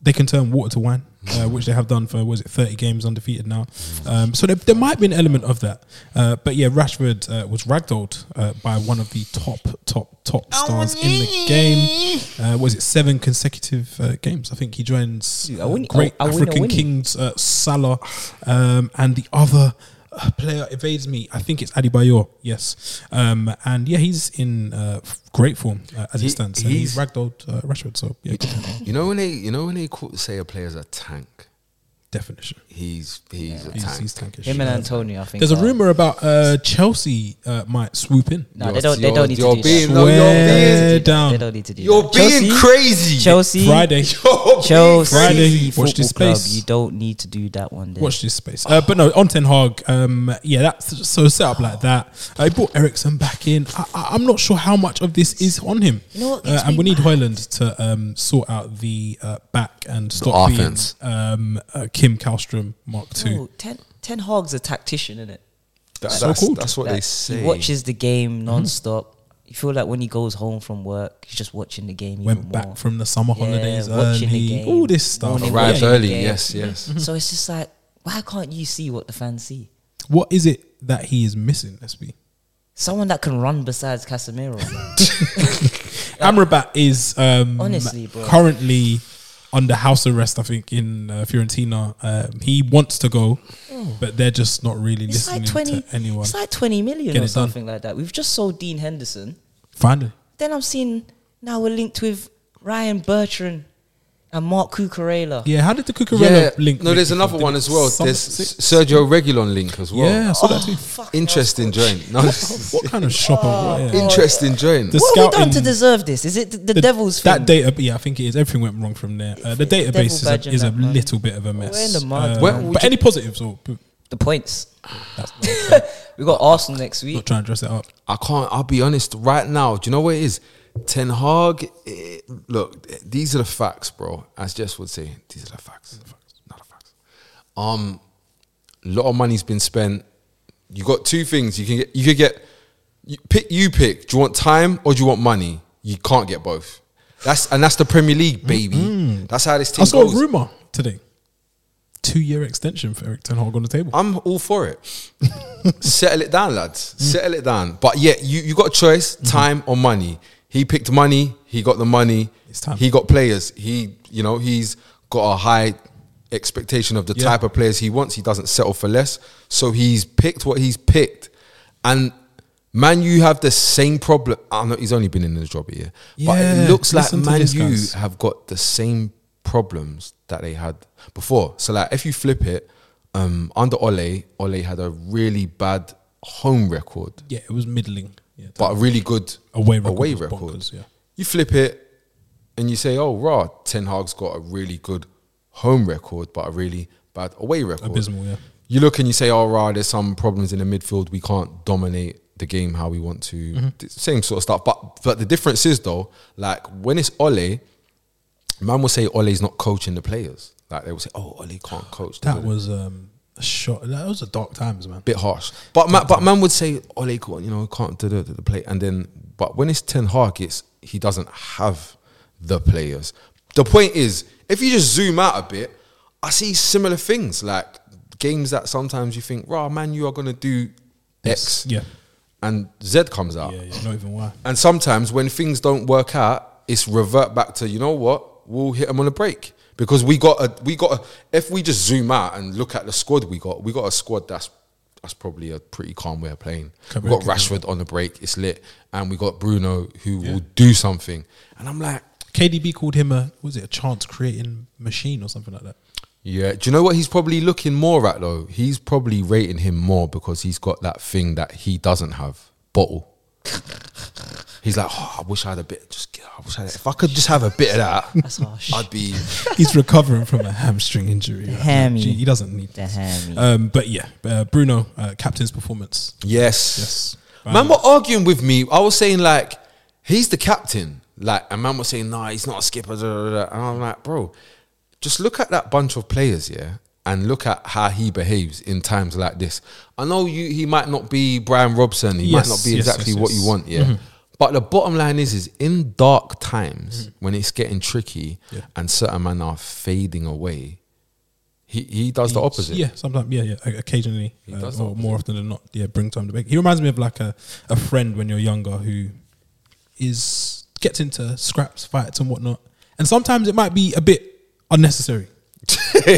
they can turn water to wine, uh, which they have done for was it thirty games undefeated now. Um, so there, there might be an element of that. Uh, but yeah, Rashford uh, was ragdolled uh, by one of the top top top stars in the game. Uh, was it seven consecutive uh, games? I think he joins Dude, I uh, wouldn't- great I- I wouldn't- I African wouldn't. Kings uh, Salah, um, and the other. uh, Player evades me. I think it's Adebayor. Yes, um, and yeah, he's in uh, great form uh, as He- it stands. And he's- he's ragdolled uh, Rashford. So yeah, good for him. You know when they you know when they call, say a player's a tank. definition. He's he's a tank. He's, he's tankish. Him and Antonio, I think. There's a are- rumor about uh, Chelsea uh, might swoop in. No, they You're- don't. They you're- don't need you're to do being- that. no, you're They don't being- need to do that. down. They don't need to do You're that. being Chelsea- crazy. Chelsea. Friday. You're Chelsea Friday, Football watch this Club, space. you don't need to do that one day. Watch this space. Uh, but no, on Ten Hag, um, yeah, that's so set up like that. Uh, he brought Ericsson back in. I, I, I'm not sure how much of this is on him. You know what uh, gets and me we need Hoyland to um, sort out the uh, back and stop offense. being um, uh, Kim Kalstrom Mark II. No, Ten Ten Hag's a tactician, isn't it? That- So that's, called. that's what they say. He watches the Mm-hmm. game non-stop. You feel like when he goes home from work, he's just watching the game. even Went more. back from the summer Yeah, holidays watching the early. game. All this stuff. Morning Arrived Yeah. early, Yeah. yes, yes. Mm-hmm. So it's just like, why can't you see what the fans see? What is it that he is missing? Let's be. Someone that can run besides Casemiro. Amrabat is um, Honestly, bro. currently under house arrest. I think in uh, Fiorentina, um, he wants to go, but they're just not really Oh. it's listening like twenty. to anyone. It's like twenty million Get or it done. something like that. We've just sold Dean Henderson. Finally, Then I'm seeing now we're linked with Ryan Bertrand and Mark Cucurella. yeah. How did the Cucurella Yeah. link? No, there's link another before? one Did as well. some- There's six- Sergio Regulon link as well. yeah, I saw that too. Fucking Interesting hell, Scott. joint. No, What kind of shopper? yeah. interesting joint. The What have we done to scouting- deserve this? Is it Oh, the, the, devil's thing? That data, yeah, I think it is. Everything went wrong from there. Uh, the database is a, badging is a that, man. little bit of a mess. in the mud, Uh, man. but any positives? Or the points. that's We got Arsenal next week. not trying to dress it up. I can't. I'll be honest. Right now, do you know what it is? Ten Hag. eh, look, these are the facts, bro. As Jess would say, these are the facts. Not the facts. Um, a lot of money's been spent. You got two things. You can get. You could get. You pick. You pick. Do you want time or do you want money? You can't get both. That's and that's the Premier League, baby. That's how this team I saw goes. a rumor today. Two year extension for Eric Ten Hag on the table. I'm all for it. Settle it down, lads. Settle it down. But yeah, you, you got a choice: Mm-hmm. time or money. He picked money. He got the money. It's time. He got players. He, you know, he's got a high expectation of the Yeah. type of players he wants. He doesn't settle for less. So he's picked what he's picked, and man, you have the same problem. I know he's only been in the job a year, but Yeah, it looks like listen to man, this, you guys. have got the same problems that they had before. So like if you flip it, um, under Ole, Ole had a really bad home record, Yeah, it was middling. Yeah, but a really good Away record was record. bonkers, yeah. You flip it and you say, oh, rah, Ten Hag's got a really good home record, but a really bad away record. Abysmal, yeah. You look and you say, oh, rah, there's some problems in the midfield. We can't dominate the game how we want to. The Same sort of stuff. But, but the difference is, though, like when it's Ole, man will say Ole's not coaching the players. Like they will say, oh, Ole can't coach. the that was um, a shot. That was a dark times, man. bit harsh. But ma- but man would say, Ole, go on, you know, can't do the, the play. And then, but when it's Ten Hag, it's he doesn't have the players. The point is, if you just zoom out a bit, I see similar things like games that sometimes you think, "Raw man, you are gonna do X," Yeah. and Z comes out. Yeah, yeah, not even why. And sometimes when things don't work out, it's revert back to you know what we'll hit them on a break because we got a we got a, if we just zoom out and look at the squad we got we got a squad that's that's probably a pretty calm way of playing. We got Rashford on the break, it's lit, and we got Bruno who will do something. And I'm like, KDB called him a what was it a chance creating machine or something like that. yeah, do you know what he's probably looking more at though? He's probably rating him more because he's got that thing that he doesn't have bottle. He's like, oh, I wish I had a bit. Just, get- I wish I had, if I could just have a bit of that. That's harsh. I'd be He's recovering from a hamstring injury. right? hammy. Gee, He doesn't need The this. hammy. Um, but yeah, uh, Bruno, uh, captain's performance. yes. Yes. Man were arguing with me. I was saying like he's the captain. Like and man was saying, nah, he's not a skipper. da, da, da, da. And I'm like, bro, just look at that bunch of players, yeah, and look at how he behaves in times like this. I know you he might not be Brian Robson, he Yes, might not be yes, exactly yes, what yes. Mm-hmm. you want, yeah. But the bottom line is, is in dark Mm-hmm. times when it's getting tricky and certain men are fading away, he, he does the opposite. Yeah, sometimes. Yeah, yeah. o- Occasionally, uh, does the or more often than not. Yeah, bring time to bake. He reminds me of like a, a friend when you're younger who is gets into scraps, fights, and whatnot. And sometimes it might be a bit unnecessary.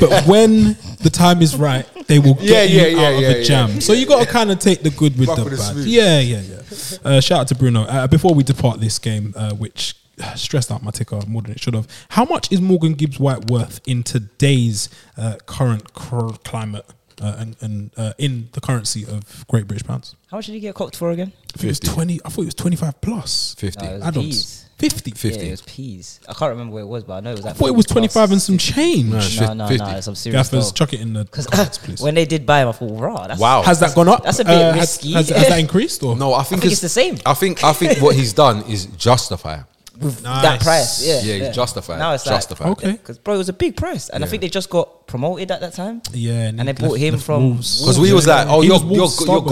but when the time is right, they will get Yeah, yeah, you yeah, out of yeah, the yeah, jam. yeah, so you got to kind of take the good with Fuck the with the bad. smooth. yeah, yeah, yeah. Uh, shout out to Bruno. Uh, before we depart this game, uh, which stressed out my ticker more than it should have, how much is Morgan Gibbs White worth in today's uh, current cr- climate uh, and, and uh, in the currency of Great British pounds? How much did he get copped for again? I think it was 50. twenty. I thought it was twenty-five plus. 50. No, it was Add-ons. peas. 50. Yeah, it was peas. I can't remember where it was, but I know it was. I thought it was twenty-five and some change. No, no, no. 50. Some serious Gaffers, stuff. chuck it in the comments, please. Because when they did buy him, I thought, raw. That's, Wow. Has that gone up? Uh, That's a bit has- risky. Has, has that increased or No, I think, think it's the same. I think I think what he's done is justify. With Nice. that price, yeah, Yeah, he's justified. Now it's justified. Okay. because bro, it was a big price, and I think they just got promoted at that time. Yeah, and they he bought left- him left from Wolves. Because we was like, oh, He you're, was you're, Wolves go- you're starboy.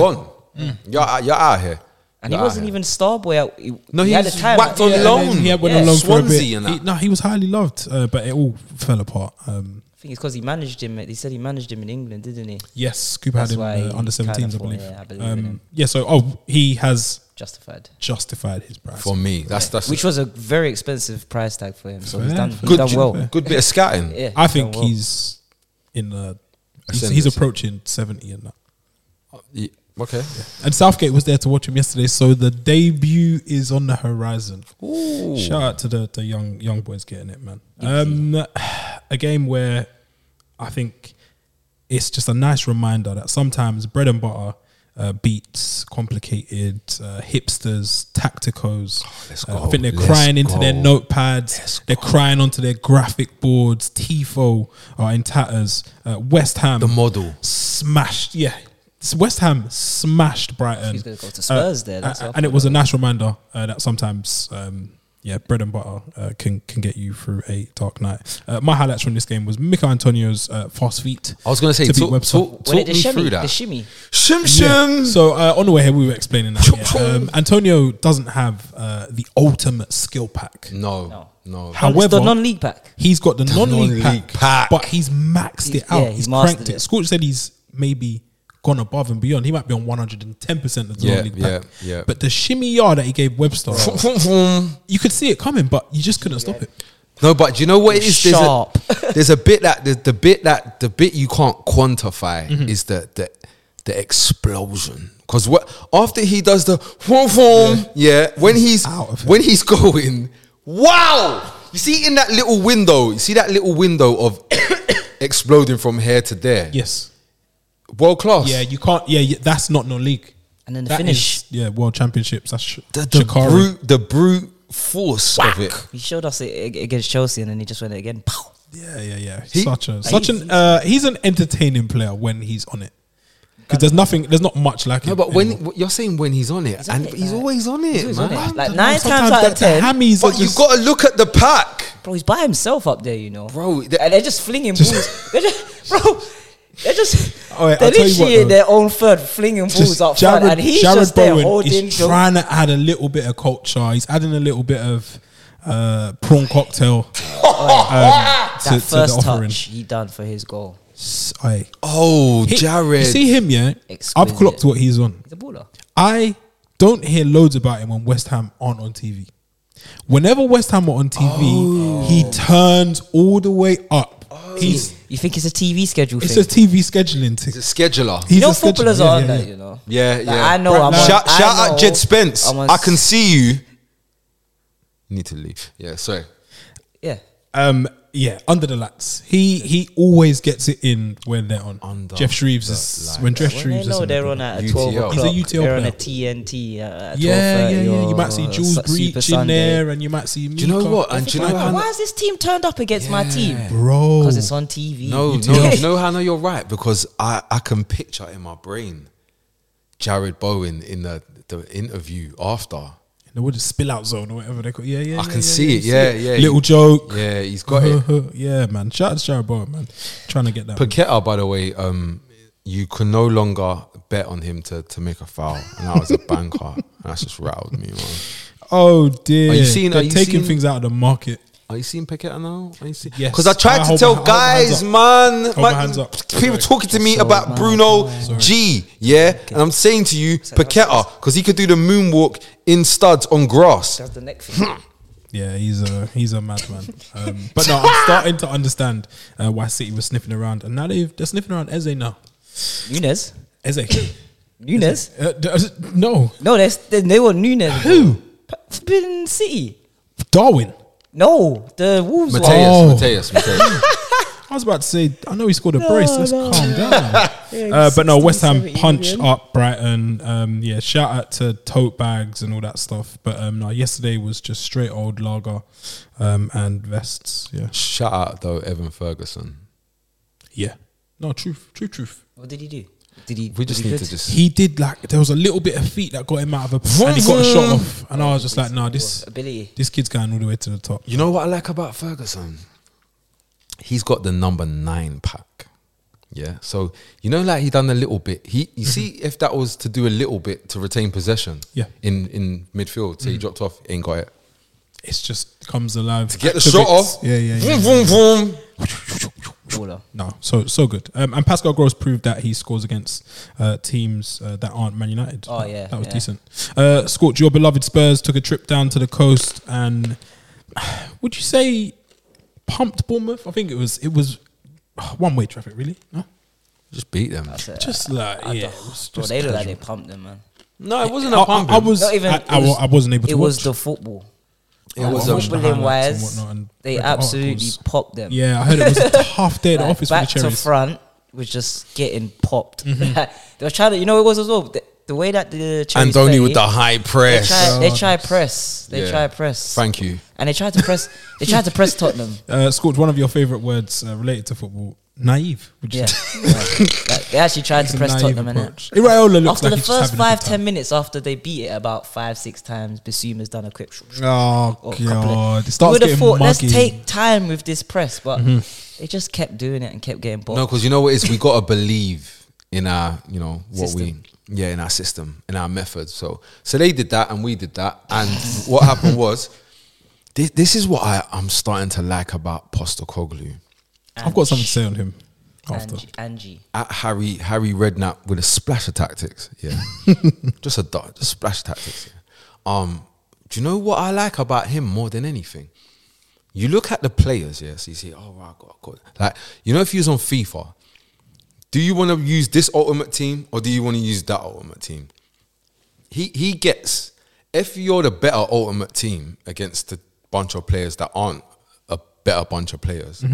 gone. You're, out- you're out here. And You're he out wasn't here. even star boy. Out. He, No, he had a was time. whacked on yeah. loan. And then He had went Yeah. on loan for a Swansea bit. and He- that. no, he was highly loved, uh, but it all fell apart. Um, I think it's because he managed him. He said he managed him in England, didn't he? yes, Cooper had That's him why uh, he under 17s, I kind of thought, believe. yeah, I believe in um, him. yeah, so oh, he has Justified. justified his price. For me, that's that's Which was a very expensive price tag for him. So he's Fair, done, fair. he's done j- well. Good bit of scouting. Yeah, I he's think done well. he's in the. He's, Ascendancy. he's approaching 70 and that. Yeah, Okay. And Southgate was there to watch him yesterday, so the debut is on the horizon. Shout out to the, the young young boys getting it, man. Um, a game where I think it's just a nice reminder that sometimes bread and butter uh, beats complicated uh, hipsters, tacticos. Oh, let's Uh, I go, think they're let's crying into their go. notepads. they're crying onto their graphic boards. Tifo are in tatters. Uh, West Ham The model. smashed. Yeah, S- West Ham smashed Brighton. He's gonna go to Spurs there, that's uh, what I and it thought was a nice reminder uh, that sometimes, um, yeah, bread and butter uh, can can get you through a dark night. Uh, my highlights from this game was Mika Antonio's uh, fast feet. I was gonna say, to beat talk, Webster. talk, Was talk it the me shimmy? through The that. shimmy. Shim Yeah. shim. So uh, on the way here, we were explaining that yeah. um, Antonio doesn't have uh, the ultimate skill pack. No, no. How- It's the However- non-league pack. He's got the non-league, non-league pack, pack. but he's maxed He's- it out. yeah, he's he's mastered cranked it. it. Scorch said he's maybe gone above and beyond. He might be on one hundred and ten percent of the Yeah, non-league yeah, pack. yeah. But the shimmy yard that he gave Webster, you could see it coming, but you just couldn't stop it. No, but do you know what it is? There's Sharp. a, there's a bit that the, the bit that the bit you can't quantify Mm-hmm. is the the the explosion. Because what after he does the whoom, whoom, yeah. when he's out of it. when he's going, wow! You see in that little window, you see that little window of exploding from here to there. Yes. World class. Yeah, you can't. Yeah, yeah that's not non-league. And then the That finish. is- yeah, World Championships. That's sh- the, the Shaqiri. brute the brute force of it. He showed us it ag- against Chelsea, and then he just went again. Pow. Yeah, yeah, yeah. He- such a Like, such an uh, he's an entertaining player when he's on it. Because there's nothing, there's not much like No, him but when anymore. you're saying when he's on it, on and it, he's like- always on it, He's always man. on it. Like I don't nine know, times sometimes out the- of the ten, hammies are But you just- got to look at the pack. bro, he's by himself up there, you know, Bro, the- and they're just flinging balls. They're just, bro, they're just. All right, they're I'll tell you literally what, in though. their own third, flinging balls up front, and he's just there holding. is the- trying to add a little bit of culture. He's adding a little bit of uh, prawn cocktail um, to, That to the first offering. touch he done for his goal. S- aye. Oh, He- Jared. you see him, yeah? Exquisite. I've clocked what he's on. He's a baller. I don't hear loads about him when West Ham aren't on TV. Whenever West Ham are on TV, he turns all the way up. Oh. He's You think it's a TV schedule it's thing? a TV scheduling the thing. scheduler. He's you know a scheduler. footballers Yeah, are yeah, on that, yeah. you know. Yeah, Like, yeah. I know. Brad I'm Lamb. on- Shout, I shout out know Jed Spence. I'm on I can s- see you. Need to leave. Yeah, sorry. Yeah. Um, yeah, under the lats. He he always gets it in when they're on. Under Jeff Shreves is the when Jeff When they Shreves is. know on, they're on at UTL. twelve o'clock, He's a UTL they're on a player. TNT. uh, At Yeah, 12:30 yeah, yeah. You or might see Jules Su- Super Breach in Sunday. there, and you might see. Do you know Mika. what? And do you know Why- how? why is this team turned up against my team? bro? Because it's on TV. No, do. no, no, Hannah, you're right because I, I can picture in my brain Jared Bowen in the, the interview after. They would just spill out zone or whatever they call. Yeah, yeah. yeah, I can yeah, see yeah, it. you Yeah, yeah. Little joke. Yeah, he's got it. yeah, man. Shout out to Jared Bowen, man. Trying to get that. Paqueta, by the way, um, you can no longer bet on him to, to make a foul, and that was a banker. And that's just rattled me, man. Oh dear. Are you seeing- They're are you taking seeing- things out of the market. Are you seeing Paqueta now? Are you seeing? Yes. Because I tried I to hold tell my- I hold my guys, hands up. man, my man, hands up. people Sorry. talking to me Sorry, about my Bruno Sorry. G, yeah, and I'm saying to you, Paqueta, because he could do the moonwalk in studs on grass. That's the next thing. Yeah, he's a he's a madman. Um, but no, I'm starting to understand uh, why City was sniffing around, and now they've, they're sniffing around Eze now. Nunes. Eze, Nunes. uh, d- uh, no, No, that's they, they were Nunes. Who? Forbidden City. Darwin. No, the Wolves. one. Mateus, Oh. Mateus, Mateus. I was about to say, I know he scored a brace. Let's calm down. Yeah, uh, but no, 16, West Ham 17 punch million. up Brighton. Um, yeah, shout out to tote bags and all that stuff. But um, no, yesterday was just straight old lager um, and vests. Yeah, Shout out though, Evan Ferguson. yeah. No, truth, true, truth. What did he do? Did he? We just did he need good? to just He did like there was a little bit of feet that got him out of a and he got shot off, and I was just like, nah, this ability. this kid's going all the way to the top. You know what I like about Ferguson? He's got the number nine pack. Yeah. So you know, like he done a little bit. He you see if that was to do a little bit to retain possession. Mm-hmm. Yeah. Mm. In in midfield. So he dropped off, ain't got it. It's just comes alive. To Get the shot off. Yeah, yeah, yeah. Vroom, vroom, vroom. Baller. No, so so good. Um, and Pascal Gross proved that he scores against uh, teams uh, that aren't Man United. Oh, That- yeah, that was yeah. decent. Uh, Scorch, your beloved Spurs took a trip down to the coast and would you say pumped Bournemouth? I think it was it was one way traffic. Really, no, Just beat them. That's it. just like yeah, it was Bro, just they look like they casual. pumped them, man. No, it wasn't I, a I, pump. I was Not even. I, it I, wa- I wasn't able to. It was watch. the football. It was a- footballing highlights and wise. whatnot and They read the absolutely articles. popped them. Yeah, I heard it was a tough day at the Like, office for the back to cherries. Mm-hmm. front was just getting popped. they were trying to, you know, it was as well the, the way that the cherries play, Andoni with the high They press. try, Oh, they try press. They Yeah. try press. Thank you. And they tried to press. They tried to press Tottenham. Uh, Scorch, one of your favorite words uh, related to football, naive. Would you Yeah, say? Like, like, they actually tried to It's a press naive Tottenham. And approach. Iraola looks after like the he's just first having a good five time. ten minutes, after they beat it about five six times, Basuma's done a quick. sh- sh- Oh, or a couple of- god! It You starts would have getting thought, muggy. Mm-hmm. let's take time with this press, but they just kept doing it and kept getting bored. No, because you know what it is we gotta believe in our, you know, what we System. yeah, in our system, in our methods. So so they did that and we did that. And what happened was this, this is what I, I'm starting to like about Postacoglu. I've got something to say on him after. Angie, Angie. At Harry Harry Redknapp with a splash of tactics. Yeah. just a dot, just splash tactics. yeah. Um, do you know what I like about him more than anything? You look at the players, yeah, so you see, oh wow, God, God. Like, you know, if you was on FIFA, do you want to use this ultimate team or do you want to use that ultimate team? He he gets if you're the better ultimate team against a bunch of players that aren't a better bunch of players,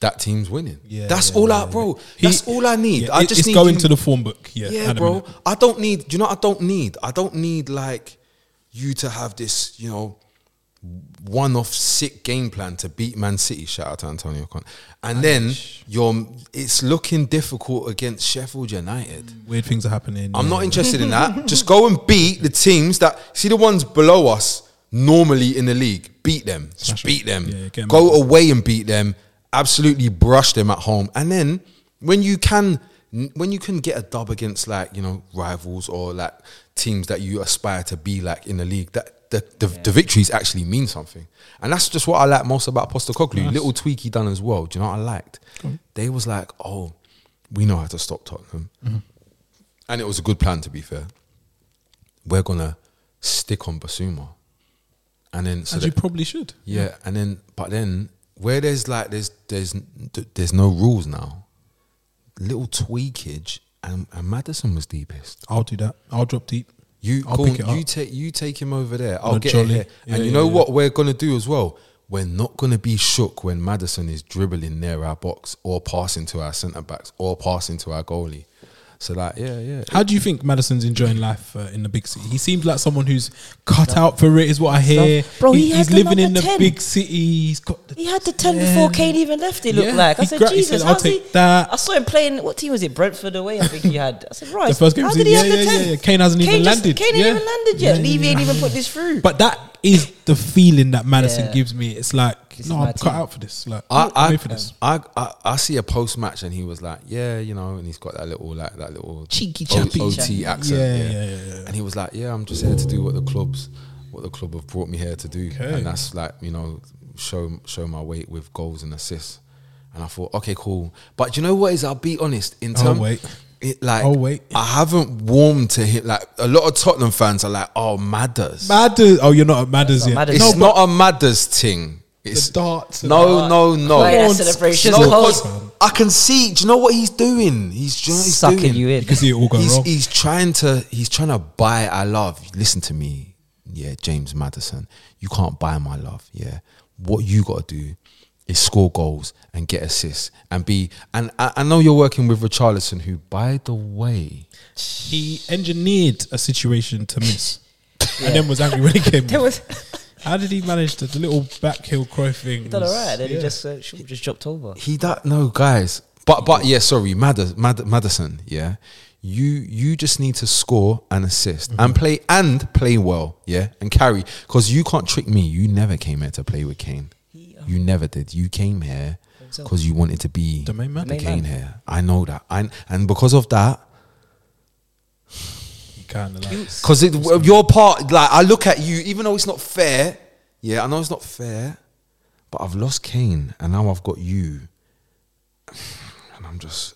that team's winning. Mm-hmm. Yeah, that's yeah, all yeah, I, bro. He- that's all I need. Yeah, I it- just it's need going you- to the form book. Yeah, yeah, at the bro. minute. I don't need. Do you know? what I don't need. I don't need like you to have this. You know, one-off sick game plan to beat Man City. Shout out to Antonio Conte. And then you're. It's looking difficult against Sheffield United. Weird things are happening. I'm yeah. not interested in that. Just go and beat the teams that see the ones below us normally in the league. Beat them. Just Smash 'em. beat them. Yeah, yeah, get 'em go out. away and beat them. Absolutely brush them at home. And then when you can N- When you can get a dub against like you know rivals or like teams that you aspire to be like in the league, that the the, the victories actually mean something, and that's just what I like most about Postacoglu. Little tweak he done as well. Do you know what I liked? They was like, oh, we know how to stop Tottenham, Mm-hmm. and it was a good plan to be fair. We're gonna stick on Basuma, and then so As that- you probably should. yeah, and then but then where there's like there's there's there's no rules now, little tweakage, and, and Madison was deepest. I'll do that. I'll drop deep. You I'll call- pick it you up. take you take him over there. I'll a get jolly. it here. Yeah, and you yeah, know yeah. what we're gonna do as well. We're not gonna be shook when Madison is dribbling near our box or passing to our centre backs or passing to our goalie. So like yeah yeah. How do you think Madison's enjoying life uh, in the big city? He seems like someone who's cut out for it, is what I hear. Bro, he had he's the living in number the 10. big city. He's got the He had the 10 before 10. Kane even left, it looked Yeah, like. I he said, gra- he Jesus, said, I'll how's he? take that. I saw him playing, what team was it? Brentford away, I think he had. I said, right. The first game how was in- did he have yeah, the yeah, 10? yeah, yeah. Kane hasn't even just- landed. Kane Yeah. ain't even landed yet. Yeah, Levy yeah, ain't even yeah. put this through. But that is the feeling that Madison Yeah. gives me. It's like, This no, is my I'm cut team. out for this. Like, I, I'm I, made for this. I, I, I see a post match and he was like, yeah, you know, and he's got that little like that little Cheeky O- chappy. OT accent. Yeah, Yeah, yeah, yeah, yeah. And he was like, yeah, I'm just here to do what the clubs, what the club have brought me here to do, and that's like you know, show show my weight with goals and assists. And I thought, okay, cool. But you know what is? I'll be honest. In Oh, terms, wait. It, like, Oh, wait. I haven't warmed to him. Like a lot of Tottenham fans are like, oh, Madders. Madders. Oh, you're not at Madders not yet. Madders. It's No, not a Madders thing. It's darts and No, no, no. Play that on, celebration. No, Just Hold. because I can see. Do you know what he's doing? He's, do you know what he's Sucking doing? you in. you can see it all go he's, wrong. he's trying to. He's trying to buy our love. Listen to me, yeah, James Madison. You can't buy my love. Yeah, what you got to do is score goals and get assists and be. And I, I know you're working with Richarlison, who, by the way, He engineered a situation to miss, and then was angry when he came. There was How did he manage the, the little back heel crow thing? done all was- right. Then yeah. he just uh, shoot, just dropped over. He that no guys, but but yeah, sorry, Mad- Mad- Madison, yeah. You you just need to score and assist and play and play well, yeah, and carry because you can't trick me. You never came here to play with Kane. You never did. You came here because you wanted to be The main man. the The main Kane man. here. I know that, and and because of that, he kind of like because it your part, like I look at you, even though it's not fair. Yeah, I know it's not fair, but I've lost Kane and now I've got you, and I'm just.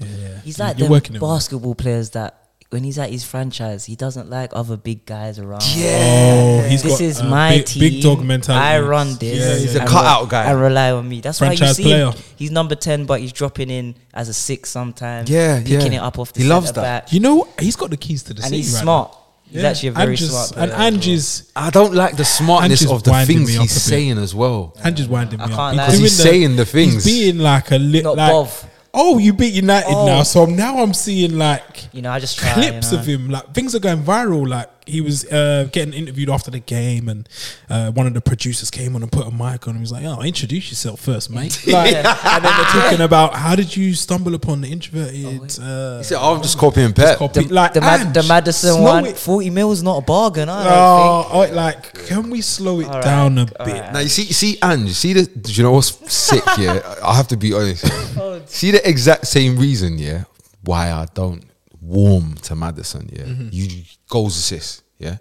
yeah, yeah. He's like you're them working it. well. basketball players that when he's at his franchise, he doesn't like other big guys around. Oh, he's this got is a my big, team. big dog mentality. I run this. Yeah, He's yeah, a yeah. and cutout re- guy. And rely on me. That's why you Franchise see him. player. He's number ten, but he's dropping in as a six sometimes. Yeah, picking yeah. it up off the He loves centre that. back. You know, what? he's got the keys to the and city. he's right smart. now. He's Yeah. actually a very Angie's- smart. And player as well. Angie's, I don't like the smartness Ange is of the winding things me up a he's bit. saying as well. Angie's winding me I up can't lie. 'Cause doing he's saying the He's things. being like a little like, Not Bov. oh, you beat United Oh. now, so now I'm seeing like You know, I just try, clips you know. of him. Like things are going viral. Like he was uh, getting interviewed after the game, and uh, one of the producers came on and put a mic on him. He was like, "Oh, introduce yourself first, mate." Like, And then they're talking about how did you stumble upon the introverted? uh, He said, "Oh, I'm just copying Pep. copy? The, like the, Ma- Ange, the Madison slow one, it- forty mil is not a bargain. I don't Oh, oh, like, can we slow it All down a right, bit? all right. Now you see, you see, Ange, you see the. Do you know what's sick? Yeah, I- I have to be honest. Oh. see the exact same reason, yeah, why I don't warm to Madison. Yeah, Mm-hmm. you goals assist. Yeah,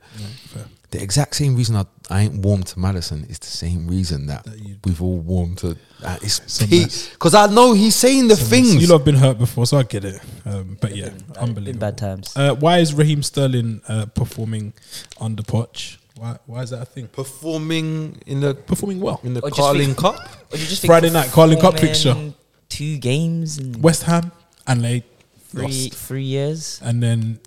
the exact same reason I, I ain't warm to Madison is the same reason that, we've all warmed to. Uh, it's a mess. because I know he's saying the things. You lot have been hurt before, so I get it. Um, but yeah, think. unbelievable. In bad times. Uh, why is Raheem Sterling uh, performing under Poch? Why, why is that a thing? performing in the Performing well. in the Or just Carling think- Cup. Or you just Friday night, Carling Cup performing fixture. Two games in West Ham and they three lost, three years. and then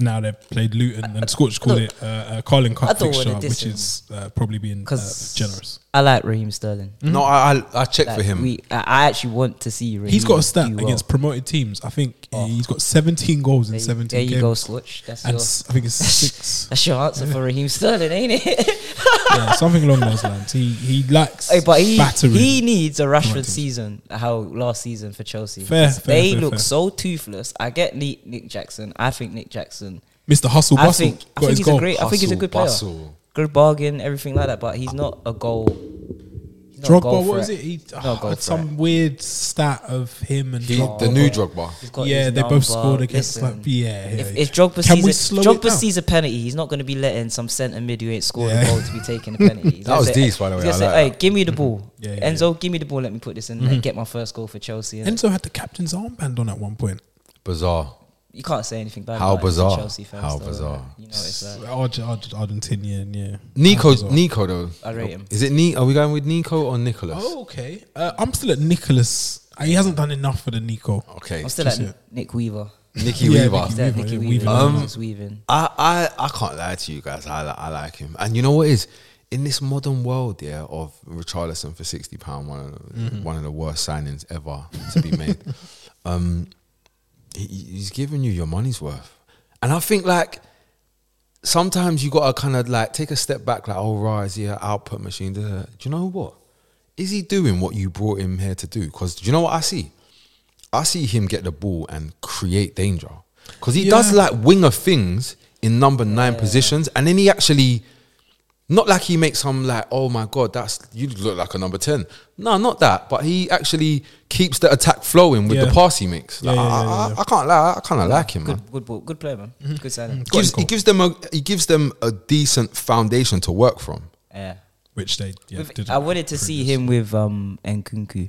now they've played Luton and Scorch called it uh, a Carling I Cup don't fixture, wanna diss which him. is uh, probably being uh, Because generous. I like Raheem Sterling. No, I I, I checked for Mm-hmm. Like, him. we- I I actually want to see Raheem. He's got a stat do well. against promoted teams. I think he's got 17 goals in Oh. There you- 17 There you games. go, Scorch. That's and your s- I think it's six, that's your answer for Raheem Sterling, ain't it? yeah, something along those lines. He he likes Hey, but he battering. he needs a Rashford Right. season. How last season for Chelsea? Fair, Because fair, they fair, look fair. so toothless. I get Nick, Nick Jackson. I think Nick Jackson. Mr. Hustle I Bustle think I got think his he's goal. a great. I think he's a Hustle, good player. bustle. Good bargain, everything like that. But he's not a goal. He's No Drogba, goal what for was it? it. He No oh, goal had for some weird stat of him and He, Drogba. the new drug bar. He's got yeah, his they number. both scored against Listen, like yeah. yeah If, yeah. if Drogba, Can sees, we a, slow it Drogba down? sees a penalty, he's not going to be letting some centre mid who ain't scoring Yeah. a goal to be taking a penalty. He's That gonna was say, decent, by the he's way, gonna I say, like hey, give me the ball. Yeah, yeah, Mm-hmm. Enzo, give me the ball. Let me put this in and get my first goal for Chelsea. innit? Enzo had the captain's armband on at one point. Bizarre. you can't say anything bad. How about him. He's a bizarre. Chelsea fan How still, innit? bizarre. You know, it's like, Arge- Arge- Argentinian, yeah. Nico, Bizarre. Nico though. I rate him. Is it Ni? Are we going with Nico or Nicholas? Oh, okay. Uh, I'm still at Nicholas. Uh, He hasn't done enough for the Nico. Okay, I'm still Just like it. Nick Weaver. Nicky Yeah, Weaver. Nicky Is that Weaver, Nicky yeah, Weaver. Weaver? Um, He's weaving. I, I I can't lie to you guys. I li- I like him, and you know what is in this modern world, yeah, of Richarlison for sixty pound, one of the, Mm-hmm. one of the worst signings ever to be made. um, he, he's giving you your money's worth, and I think like sometimes you gotta kind of like take a step back, like oh right, is he an output machine? Da, da, da. Do you know what? Is he doing what you brought him here to do? Because do you know what I see? I see him get the ball and create danger because he does Yeah. like winger things in number nine positions, and then he actually. Not like he makes some like, oh my god, that's you look like a number ten. No, not that. But he actually keeps the attack flowing with the Yeah. pass he makes. Yeah, Like, yeah, I, yeah, I, I can't lie, I kind of like him, man Good, good ball. Good player, man. Mm-hmm. Good signing. gives, he gives them a he gives them a decent foundation to work from. Yeah. Which they yeah, With- didn't I wanted to see previous. him with um Nkunku,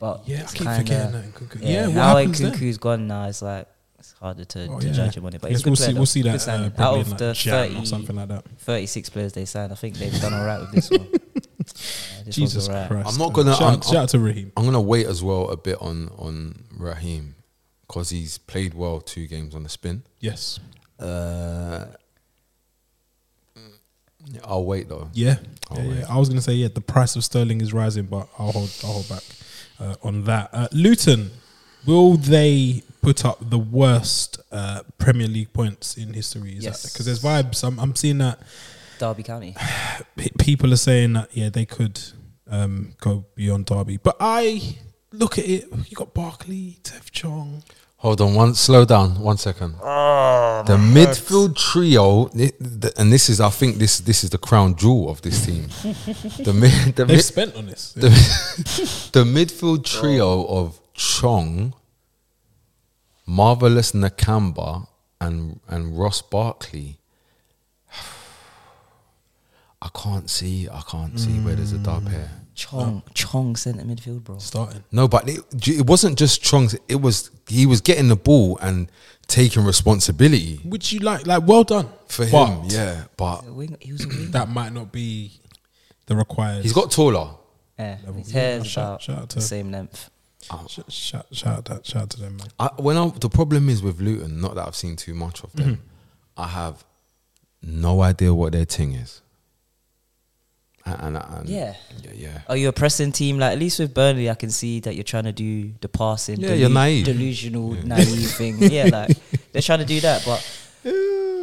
but Yeah, I it's keep kinda- forgetting that Nkunku. Yeah, what now happens then? Nkunku's gone now. It's like it's harder to, Oh, to yeah. judge him on it. But Yes, he's a good we'll player see. though. We'll see Good that signing. uh, out probably of in, like, the Jan or 30, something like that. 36 players they signed, I think they've done all right with this one. Yeah, this one's Jesus all right. Christ! I'm not gonna- shout, I'm- shout out to Raheem. I'm gonna wait as well a bit on on Raheem because he's played well two games on the spin. Yes. Uh, I'll wait though. Yeah. Oh, yeah, wait. yeah. I was gonna say yeah. The price of sterling is rising, but I'll hold. I'll hold back uh, on that. Uh, Luton, will they put up the worst uh, Premier League points in history? Is Yes. Because there's vibes. I'm, I'm seeing that Derby County. p- people are saying that yeah they could um, go beyond Derby, but I look at it. You got Barkley, Tev Chong. Hold on, one slow down, one second. the midfield trio, ni- th- and this is I think this this is the crown jewel of this team. the mid, the They've mid, spent on this. the, the midfield trio of Chong, Marvelous Nakamba, and and Ross Barkley. I can't see. I can't see where there's a dub here. Chong, Chong centre midfield, bro. Starting. No, but it, it wasn't just Chong's. It was he was getting the ball and taking responsibility Would you like like well done for him. But yeah, but A wing, he was a wing. That might not be the required. he's got taller. yeah, his Yeah, hair's shout- about shout out to- the same length. Sh- shout, shout, that, shout out to them, man. I, when I, the problem is with Luton, not that I've seen too much of Mm-hmm. them, I have no idea what their thing is. And, and, and Yeah. yeah, yeah. Are you a pressing team? Like at least with Burnley, I can see that you're trying to do the passing. Yeah, you're naive. delusional, naive thing. Yeah, like they're trying to do that, but